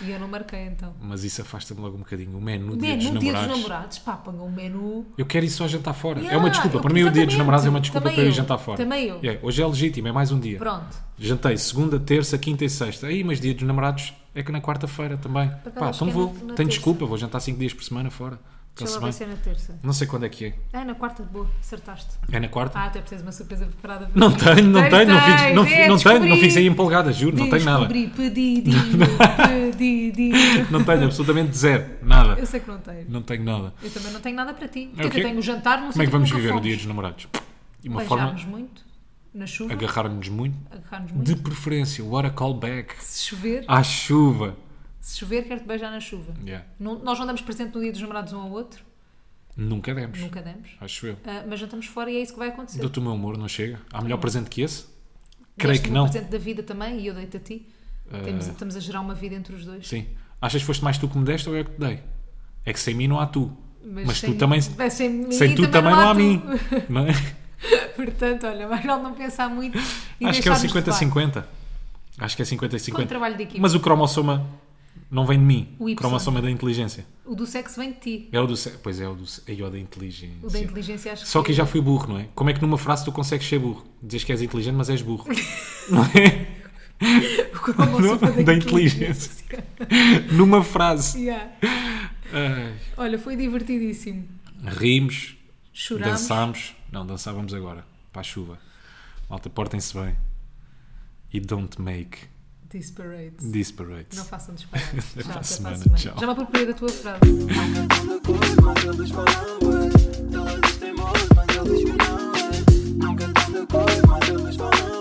E eu não marquei então. Mas isso afasta-me logo um bocadinho. O menu, No dia, dos menu dia dos namorados. namorados, pá, ponham um menu. Eu quero ir só jantar fora. é Yeah, uma desculpa. eu- Para mim, o dia dos exatamente. namorados é uma desculpa Também para eu ir eu. jantar fora. Também eu. Yeah, hoje é legítimo, é mais um dia. Pronto. Jantei segunda, terça, quinta e sexta. Aí, mas dia dos namorados é que na quarta-feira também. acaso Pá, acho então que é vou. na- na Tenho terça. desculpa, vou jantar cinco dias por semana fora. Deixa Está-se lá ver Então, bem. se é na terça. Não sei quando é que é. Ah, na quarta, boa, acertaste. É na quarta? Ah, até precisas uma surpresa preparada para Não mim. tenho, não tenho, Tens, não tens, fico, não, é, fi- não tenho, não descobri. fico aí empolgada, juro, não tenho nada. Descobri, pedidinho, pedidinho. Não tenho absolutamente zero, nada. Eu sei que não tens. Não tenho nada. Eu também não tenho nada para ti. Porque o quê? eu tenho o jantar, não Como sei é que vamos viver o dia dos namorados? De uma forma, Beijarmos muito, na chuva, agarrar-nos muito. agarrar-nos muito. De preferência, what a callback. Se chover, À chuva. se chover, quero-te beijar na chuva. Yeah. Não- nós não damos presente no dia dos namorados um ao outro, Nunca demos, nunca damos. acho eu. Ah, mas jantamos fora e é isso que vai acontecer. Do teu meu amor, não chega? Há melhor presente que esse? Creio Deste-me que um não. presente da vida também e eu deito a ti. Temos- Ah. estamos a gerar uma vida entre os dois. Sim. Achas que foste mais tu que me deste ou eu que te dei? É que sem mim não há tu. Mas, sem- tu também. mas sem, mim Sem tu também não há, mim. tu. Não é? Portanto, olha, mais vale não pensar muito e Acho que é o deixarmos de falar. 50-50. Acho que é 50-50. Foi um trabalho de equipa. Mas o cromossoma não vem de mim. O O Y. cromossoma é da inteligência. O do sexo vem de ti. É o do. se- Pois é, é o do. se- É o da inteligência. O da inteligência acho Só que eu já fui burro, não é? Como é que numa frase tu consegues ser burro? Dizes que és inteligente, mas és burro. não é? O cromossoma Não, da Numa frase. Yeah. Ai, Olha, foi divertidíssimo. rimos, Chorámos. dançámos. Não, dançávamos agora. Para a chuva. Malta, portem-se bem. E don't make Disparates. disparate. Não façam disparates. Até Já, para a até semana. para a semana. Tchau. Já me apropriei da tua frase. Nunca tão de cor, mas eles falam.